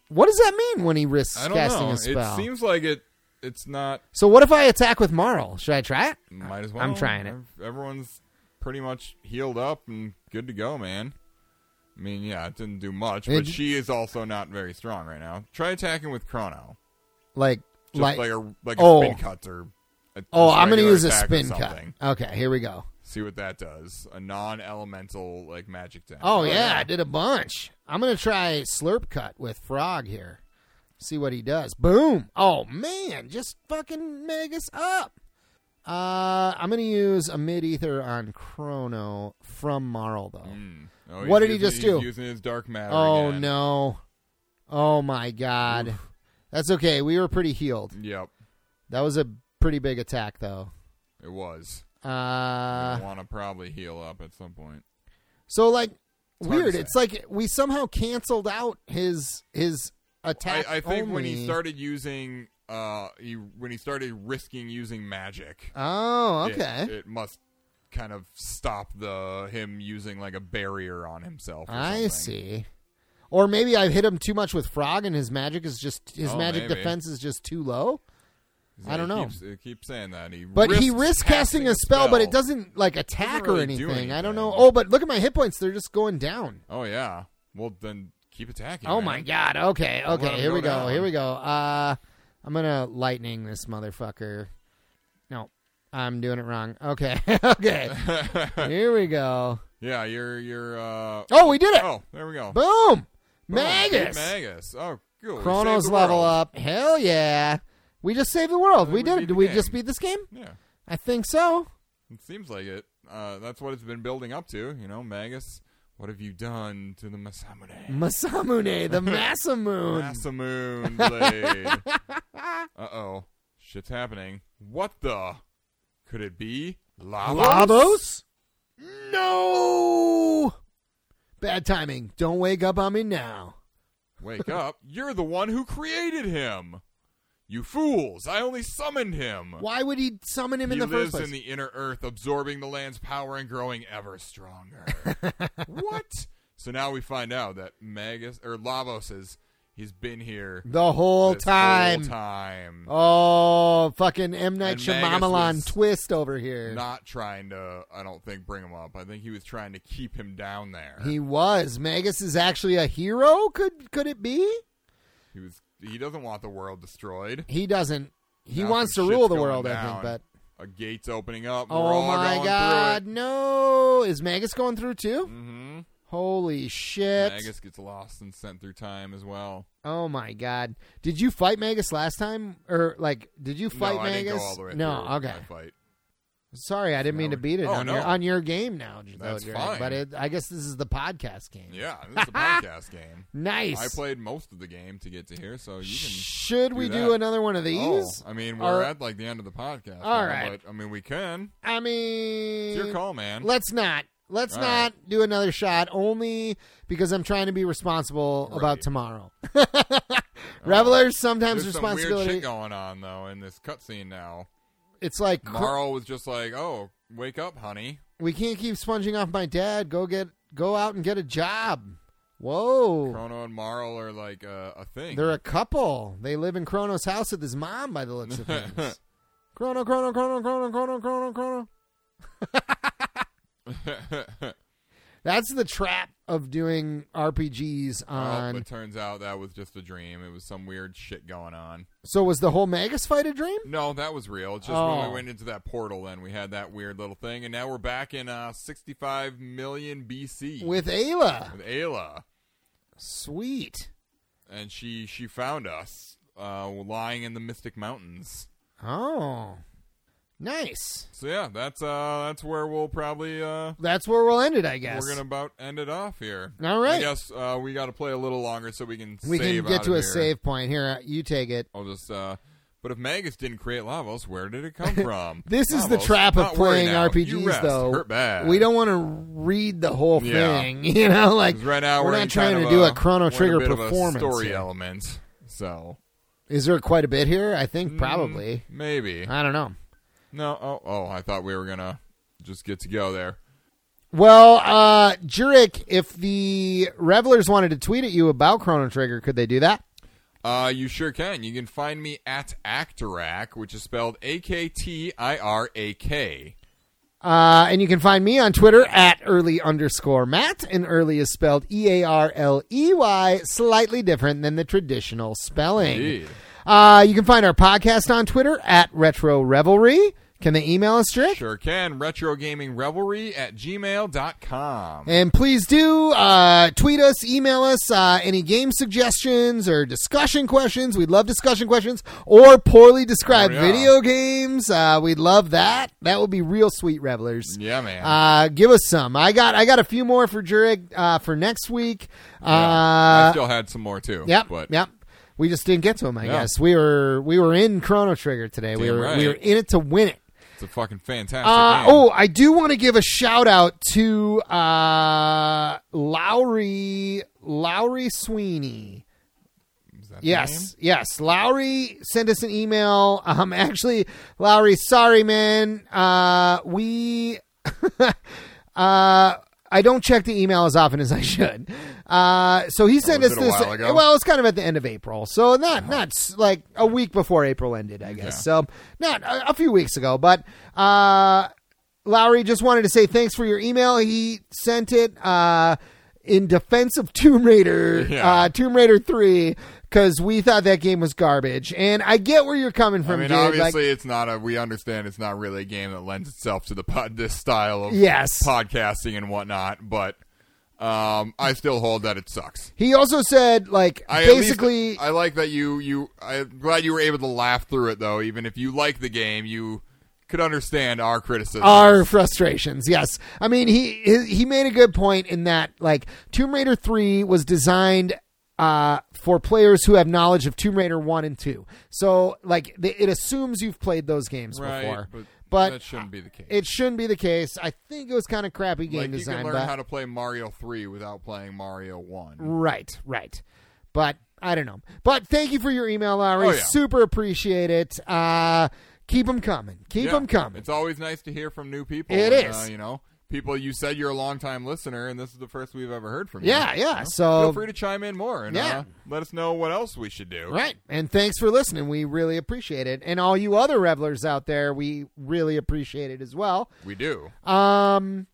Speaker 2: What does that mean when he risks
Speaker 1: I don't
Speaker 2: casting
Speaker 1: know.
Speaker 2: a spell?
Speaker 1: It seems like it. It's not.
Speaker 2: so what if I attack with Marl? Should I try it?
Speaker 1: Might as well.
Speaker 2: I'm trying it.
Speaker 1: Ev- Everyone's pretty much healed up and good to go, man. I mean, yeah, it didn't do much, but
Speaker 2: It-
Speaker 1: she is also not very strong right now. Try attacking with Chrono,
Speaker 2: Like,
Speaker 1: just like,
Speaker 2: like,
Speaker 1: a like a
Speaker 2: oh.
Speaker 1: spin cut or. A,
Speaker 2: oh,
Speaker 1: just
Speaker 2: I'm going to
Speaker 1: regular
Speaker 2: use a
Speaker 1: attack or
Speaker 2: spin cut.
Speaker 1: something.
Speaker 2: Okay, here we go.
Speaker 1: See what that does. A non-elemental like magic damage.
Speaker 2: Oh, yeah, I did a bunch. I'm gonna try slurp cut with frog here. See what he does. Boom! Oh man, just fucking Magus up. Uh, I'm gonna use a mid ether on Chrono from Marl though.
Speaker 1: Mm. Oh, he's
Speaker 2: What did he
Speaker 1: using-
Speaker 2: just
Speaker 1: he's
Speaker 2: do?
Speaker 1: Using his dark matter.
Speaker 2: oh
Speaker 1: again.
Speaker 2: no! Oh my god! That's okay. We were pretty healed.
Speaker 1: Yep,
Speaker 2: That was a pretty big attack though.
Speaker 1: it was.
Speaker 2: Uh,
Speaker 1: Want to probably heal up at some point.
Speaker 2: so like
Speaker 1: hard to
Speaker 2: weird.
Speaker 1: say.
Speaker 2: It's like we somehow canceled out his his
Speaker 1: I,
Speaker 2: attack.
Speaker 1: I think when he
Speaker 2: only.
Speaker 1: started using, uh, he when he started risking using magic.
Speaker 2: Oh,
Speaker 1: it-
Speaker 2: okay.
Speaker 1: It, must kind of stop the him using like a barrier on himself. or
Speaker 2: I
Speaker 1: something.
Speaker 2: see. Or maybe I've hit him too much with frog, and his magic is just his
Speaker 1: Oh,
Speaker 2: magic
Speaker 1: maybe.
Speaker 2: defense is just too low. I
Speaker 1: It
Speaker 2: don't know.
Speaker 1: Keeps, it keeps saying that he,
Speaker 2: But he
Speaker 1: risks
Speaker 2: risks casting a spell, but it doesn't like attack or
Speaker 1: really
Speaker 2: anything.
Speaker 1: do
Speaker 2: I don't know.
Speaker 1: anything.
Speaker 2: Oh, but look at my hit points; they're just going down.
Speaker 1: Oh yeah. Well then, keep attacking.
Speaker 2: Oh
Speaker 1: man.
Speaker 2: my god. Okay,
Speaker 1: Don't let
Speaker 2: okay.
Speaker 1: him
Speaker 2: Here
Speaker 1: go
Speaker 2: we go.
Speaker 1: down.
Speaker 2: Here we go. Uh, I'm gonna lightning this motherfucker. No, I'm doing it wrong. Okay, [LAUGHS] okay.
Speaker 1: [LAUGHS]
Speaker 2: here we go.
Speaker 1: Yeah, you're you're. Uh,
Speaker 2: Oh, we did it!
Speaker 1: oh, there we go.
Speaker 2: Boom!
Speaker 1: Boom.
Speaker 2: Magus.
Speaker 1: Magus. Oh, good. We
Speaker 2: Chronos
Speaker 1: saved the
Speaker 2: level
Speaker 1: world.
Speaker 2: up. Hell yeah. We just saved the world.
Speaker 1: I
Speaker 2: We
Speaker 1: think we
Speaker 2: did
Speaker 1: beat
Speaker 2: it. Did
Speaker 1: the
Speaker 2: we
Speaker 1: game.
Speaker 2: just beat this game?
Speaker 1: Yeah,
Speaker 2: I think so.
Speaker 1: it seems like it. Uh, that's what it's been building up to. You know, Magus. What have you done to the Masamune?
Speaker 2: Masamune,
Speaker 1: [LAUGHS]
Speaker 2: the Massamoon.
Speaker 1: Masamoon Blade. uh oh, shit's happening. What the? Could it be Lavos?
Speaker 2: Lavos? No! Bad timing. Don't wake up on me now.
Speaker 1: Wake up! You're the one who created him. You fools! I only summoned him.
Speaker 2: Why would he summon him
Speaker 1: he
Speaker 2: in the
Speaker 1: lives
Speaker 2: first place?
Speaker 1: in the inner earth, absorbing the land's power and growing ever
Speaker 2: [LAUGHS]
Speaker 1: stronger. what? So now we find out that Magus or Lavos is he's been here
Speaker 2: The whole
Speaker 1: this
Speaker 2: time.
Speaker 1: Whole time,
Speaker 2: Oh, fucking M.
Speaker 1: And
Speaker 2: Night
Speaker 1: Magus
Speaker 2: Shyamalan
Speaker 1: was
Speaker 2: twist over here.
Speaker 1: not trying to. I don't think bring him up. I think he was trying to keep him down there.
Speaker 2: He was. Magus is actually a hero? Could could it be?
Speaker 1: He was. He doesn't want the world destroyed.
Speaker 2: He doesn't. He
Speaker 1: Now
Speaker 2: wants to
Speaker 1: some
Speaker 2: rule
Speaker 1: shit's
Speaker 2: the
Speaker 1: going
Speaker 2: world, I
Speaker 1: down.
Speaker 2: think, but
Speaker 1: A gate's opening up. We're
Speaker 2: Oh
Speaker 1: all
Speaker 2: my
Speaker 1: going
Speaker 2: god, no. Is Magus going through too?
Speaker 1: Mm-hmm.
Speaker 2: Holy shit.
Speaker 1: Magus gets lost and sent through time as well.
Speaker 2: Oh my god. Did you fight Magus last time? Or like did you fight
Speaker 1: no, I
Speaker 2: Magus?
Speaker 1: didn't go all the way
Speaker 2: no,
Speaker 1: through
Speaker 2: okay.
Speaker 1: my fight.
Speaker 2: Sorry, I didn't mean to beat it
Speaker 1: Oh,
Speaker 2: on your
Speaker 1: no.
Speaker 2: on your game now, though,
Speaker 1: That's
Speaker 2: Jared,
Speaker 1: fine.
Speaker 2: But it, I guess this is the podcast game.
Speaker 1: Yeah, this is
Speaker 2: [LAUGHS]
Speaker 1: a podcast game.
Speaker 2: Nice.
Speaker 1: I played most of the game to get to here, so you can.
Speaker 2: Should we
Speaker 1: do
Speaker 2: do
Speaker 1: that.
Speaker 2: another one of these?
Speaker 1: Oh, I mean,
Speaker 2: Or-
Speaker 1: we're at like the end of the podcast.
Speaker 2: All
Speaker 1: now,
Speaker 2: right. Mm,
Speaker 1: But, I mean, we can.
Speaker 2: I mean
Speaker 1: It's your call, man.
Speaker 2: Let's not. Let's
Speaker 1: All
Speaker 2: not
Speaker 1: right.
Speaker 2: do another shot only because I'm trying to be responsible about
Speaker 1: Right. tomorrow.
Speaker 2: tomorrow. [LAUGHS] Revelers sometimes
Speaker 1: There's some weird
Speaker 2: responsibility.
Speaker 1: shit going on though in this cutscene now.
Speaker 2: it's like cr-
Speaker 1: Marl was just like, "Oh, wake up, honey."
Speaker 2: we can't keep sponging off my dad. Go get go out and get a job. Whoa.
Speaker 1: Chrono and Marl are like uh, a thing.
Speaker 2: They're a couple. They live in Chrono's house with his mom by the looks
Speaker 1: [LAUGHS]
Speaker 2: of things. Chrono, Chrono, Chrono, Chrono, Chrono, Chrono, Chrono.
Speaker 1: [LAUGHS]
Speaker 2: That's the trap of doing RPGs
Speaker 1: Well,
Speaker 2: on.
Speaker 1: it turns out that was just a dream. It was some weird shit going on.
Speaker 2: so was the whole Magus fight a dream?
Speaker 1: No, that was real. It's just when
Speaker 2: Oh.
Speaker 1: we went into that portal, then we had that weird little thing, and now we're back in uh, 65 million BC
Speaker 2: With Ayla.
Speaker 1: with Ayla,
Speaker 2: Sweet.
Speaker 1: and she she found us uh, lying in the Mystic Mountains.
Speaker 2: Oh. Nice.
Speaker 1: So yeah, that's uh that's where we'll probably uh
Speaker 2: That's where we'll end it, I guess.
Speaker 1: we're gonna about end it off here.
Speaker 2: All right.
Speaker 1: I guess uh, we got to play a little longer so we can
Speaker 2: we
Speaker 1: save
Speaker 2: can get
Speaker 1: out
Speaker 2: to
Speaker 1: of
Speaker 2: a
Speaker 1: here.
Speaker 2: save point. Here, uh, you take it.
Speaker 1: I'll just. uh But if Magus didn't create Lavos, where did it
Speaker 2: [LAUGHS]
Speaker 1: come from?
Speaker 2: This is the
Speaker 1: Lavos,
Speaker 2: trap of
Speaker 1: not worry
Speaker 2: playing
Speaker 1: now. You
Speaker 2: RPGs,
Speaker 1: rest.
Speaker 2: though.
Speaker 1: Hurt bad.
Speaker 2: We don't want to read the whole
Speaker 1: Yeah.
Speaker 2: thing, [LAUGHS] you know. Like
Speaker 1: 'Cause right now
Speaker 2: we're,
Speaker 1: in
Speaker 2: not trying
Speaker 1: kind
Speaker 2: to
Speaker 1: of
Speaker 2: do
Speaker 1: a,
Speaker 2: a Chrono
Speaker 1: we're in
Speaker 2: Trigger
Speaker 1: a bit of a
Speaker 2: performance.
Speaker 1: story
Speaker 2: here.
Speaker 1: element. So
Speaker 2: Is there quite a bit here? I
Speaker 1: Mm.
Speaker 2: think probably.
Speaker 1: maybe
Speaker 2: I don't know.
Speaker 1: no. Oh, oh, I thought we were gonna just get to go there.
Speaker 2: Well, uh Jurek, if the revelers wanted to tweet at you about Chrono Trigger, could they do that?
Speaker 1: Uh, you sure can. You can find me at Actorac, which is spelled A K T I R A K.
Speaker 2: Uh, and you can find me on Twitter at early underscore Matt, and early is spelled E A R L E Y, slightly different than the traditional spelling.
Speaker 1: Indeed.
Speaker 2: Uh, you can find our podcast on Twitter at Retro Revelry. Can they email us, Strick?
Speaker 1: Sure can. Retro Gaming Revelry at gmail.com.
Speaker 2: And please do uh, tweet us, email us uh, any game suggestions or discussion questions. We'd love discussion questions or poorly described
Speaker 1: Oh, yeah.
Speaker 2: video games. Uh, we'd love that. That would be real sweet, revelers.
Speaker 1: Yeah, man.
Speaker 2: Uh, give us some. I got I got a few more for Jurek uh, for next week.
Speaker 1: I
Speaker 2: Uh,
Speaker 1: still had some more too.
Speaker 2: yep,
Speaker 1: But
Speaker 2: yep. We just didn't get to them. I
Speaker 1: Yeah.
Speaker 2: guess we were we were in Chrono Trigger today. we
Speaker 1: Damn
Speaker 2: were
Speaker 1: right.
Speaker 2: we were in it to win it.
Speaker 1: it's a fucking fantastic
Speaker 2: Uh,
Speaker 1: game.
Speaker 2: oh, I do want to give a shout out to uh, Lowry Lowry Sweeney.
Speaker 1: Is that the name?
Speaker 2: Yes, yes. Lowry sent us an email. Um, [LAUGHS] actually, Lowry, sorry, man. Uh, we, [LAUGHS] uh, I don't check the email as often as I should. Uh, so he sent
Speaker 1: was
Speaker 2: us
Speaker 1: it Oh, a
Speaker 2: this.
Speaker 1: while ago?
Speaker 2: Well, it's kind of at the end of April, so not
Speaker 1: Uh-huh.
Speaker 2: not s- like a week before April ended, I guess. So not a, a few weeks ago, but uh. Lowry just wanted to say thanks for your email. He sent it uh, in defense of Tomb Raider,
Speaker 1: Yeah.
Speaker 2: uh, Tomb Raider Three, because we thought that game was garbage. And I get where you're coming
Speaker 1: I
Speaker 2: from,
Speaker 1: mean,
Speaker 2: dude.
Speaker 1: obviously,
Speaker 2: like,
Speaker 1: it's not a. We understand it's not really a game that lends itself to the pod, this style of
Speaker 2: Yes.
Speaker 1: podcasting and whatnot. But um, I still hold that it sucks.
Speaker 2: he also said, like,
Speaker 1: I at least-
Speaker 2: basically,
Speaker 1: I like that you you. I'm glad you were able to laugh through it though. Even if you like the game, you could understand our criticism.
Speaker 2: our frustrations. Yes, I mean he he he made a good point in that like Tomb Raider three was designed. Uh, for players who have knowledge of Tomb Raider one and two, so like th- it assumes you've played those
Speaker 1: [LAUGHS]
Speaker 2: games
Speaker 1: right,
Speaker 2: before,
Speaker 1: but,
Speaker 2: But
Speaker 1: that shouldn't be the case.
Speaker 2: it shouldn't be the case. I think it was kind of crappy game
Speaker 1: like
Speaker 2: design,
Speaker 1: you can learn
Speaker 2: but
Speaker 1: how to play Mario three without playing Mario one.
Speaker 2: right, right. But I don't know. But thank you for your email, Larry.
Speaker 1: Oh, yeah.
Speaker 2: Super appreciate it. Uh, keep them coming. Keep
Speaker 1: Yeah.
Speaker 2: them coming.
Speaker 1: It's always nice to hear from new people.
Speaker 2: It
Speaker 1: and,
Speaker 2: is.
Speaker 1: uh, you know, people. You said you're a longtime listener, and this is the first we've ever heard from you.
Speaker 2: yeah, yeah.
Speaker 1: feel
Speaker 2: So
Speaker 1: free to chime in more and
Speaker 2: Yeah.
Speaker 1: uh, let us know what else we should do.
Speaker 2: right, and thanks for listening. We really appreciate it, and all you other revelers out there, we really appreciate it as well.
Speaker 1: We do.
Speaker 2: Um,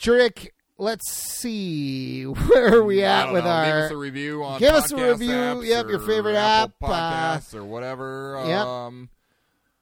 Speaker 2: Jurek, let's see [LAUGHS] where are we
Speaker 1: I
Speaker 2: at
Speaker 1: don't
Speaker 2: with
Speaker 1: know,
Speaker 2: our
Speaker 1: leave us a review on
Speaker 2: Give us a
Speaker 1: podcast
Speaker 2: review,
Speaker 1: apps
Speaker 2: yep, your
Speaker 1: or
Speaker 2: favorite
Speaker 1: Apple
Speaker 2: app, uh,
Speaker 1: podcasts or whatever.
Speaker 2: yep.
Speaker 1: Um,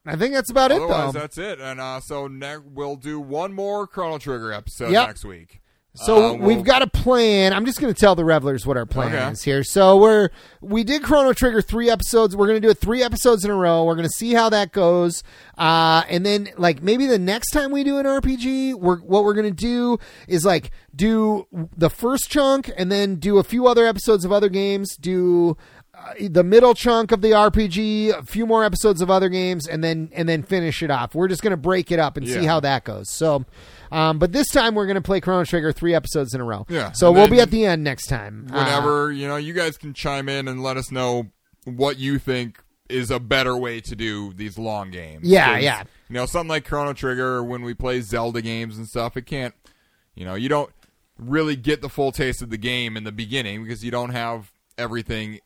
Speaker 2: I think that's about it
Speaker 1: otherwise,
Speaker 2: though.
Speaker 1: that's it. And uh, so ne- we'll do one more Chrono Trigger episode
Speaker 2: Yep.
Speaker 1: next week.
Speaker 2: So
Speaker 1: Uh,
Speaker 2: we've
Speaker 1: we'll-
Speaker 2: got a plan. I'm just going to tell the revelers what our plan
Speaker 1: Okay.
Speaker 2: is here. So we're we did Chrono Trigger three episodes. We're going to do it three episodes in a row. We're going to see how that goes, uh, and then like maybe the next time we do an RPG, we're what we're going to do is like do the first chunk and then do a few other episodes of other games. Do. Uh, the middle chunk of the RPG, a few more episodes of other games, and then and then finish it off. We're just going to break it up and see
Speaker 1: Yeah.
Speaker 2: how that goes. So, um, but this time we're going to play Chrono Trigger three episodes in a row.
Speaker 1: Yeah,
Speaker 2: So
Speaker 1: and
Speaker 2: we'll
Speaker 1: then
Speaker 2: be at the end next time. Uh,
Speaker 1: Whenever you know, you guys can chime in and let us know what you think is a better way to do these long games.
Speaker 2: Yeah,
Speaker 1: 'Cause,
Speaker 2: yeah.
Speaker 1: You know, something like Chrono Trigger, or when we play Zelda games and stuff, it can't. You know, you don't. really get the full taste of the game in the beginning because you don't have everything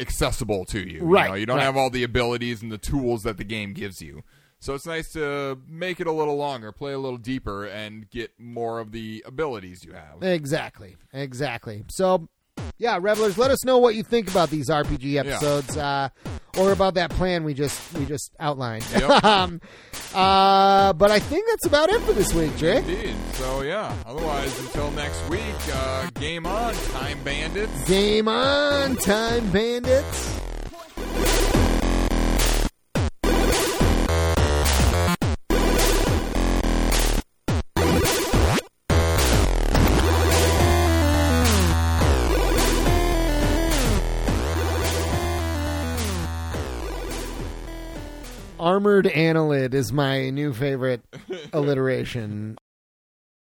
Speaker 1: accessible to you.
Speaker 2: Right,
Speaker 1: You, know, you don't
Speaker 2: right.
Speaker 1: have all the abilities and the tools that the game gives you. So it's nice to make it a little longer, play a little deeper, and get more of the abilities you have.
Speaker 2: Exactly. Exactly. So, yeah, revelers, let us know what you think about these RPG episodes, uh, or about that plan we just we just outlined.
Speaker 1: Yep.
Speaker 2: [LAUGHS] um, uh, but I think that's about it for this week, Jake.
Speaker 1: Indeed. So yeah. Otherwise, until next week, uh, game on, time bandits.
Speaker 2: Game on, time bandits. Armored Annelid is my new favorite alliteration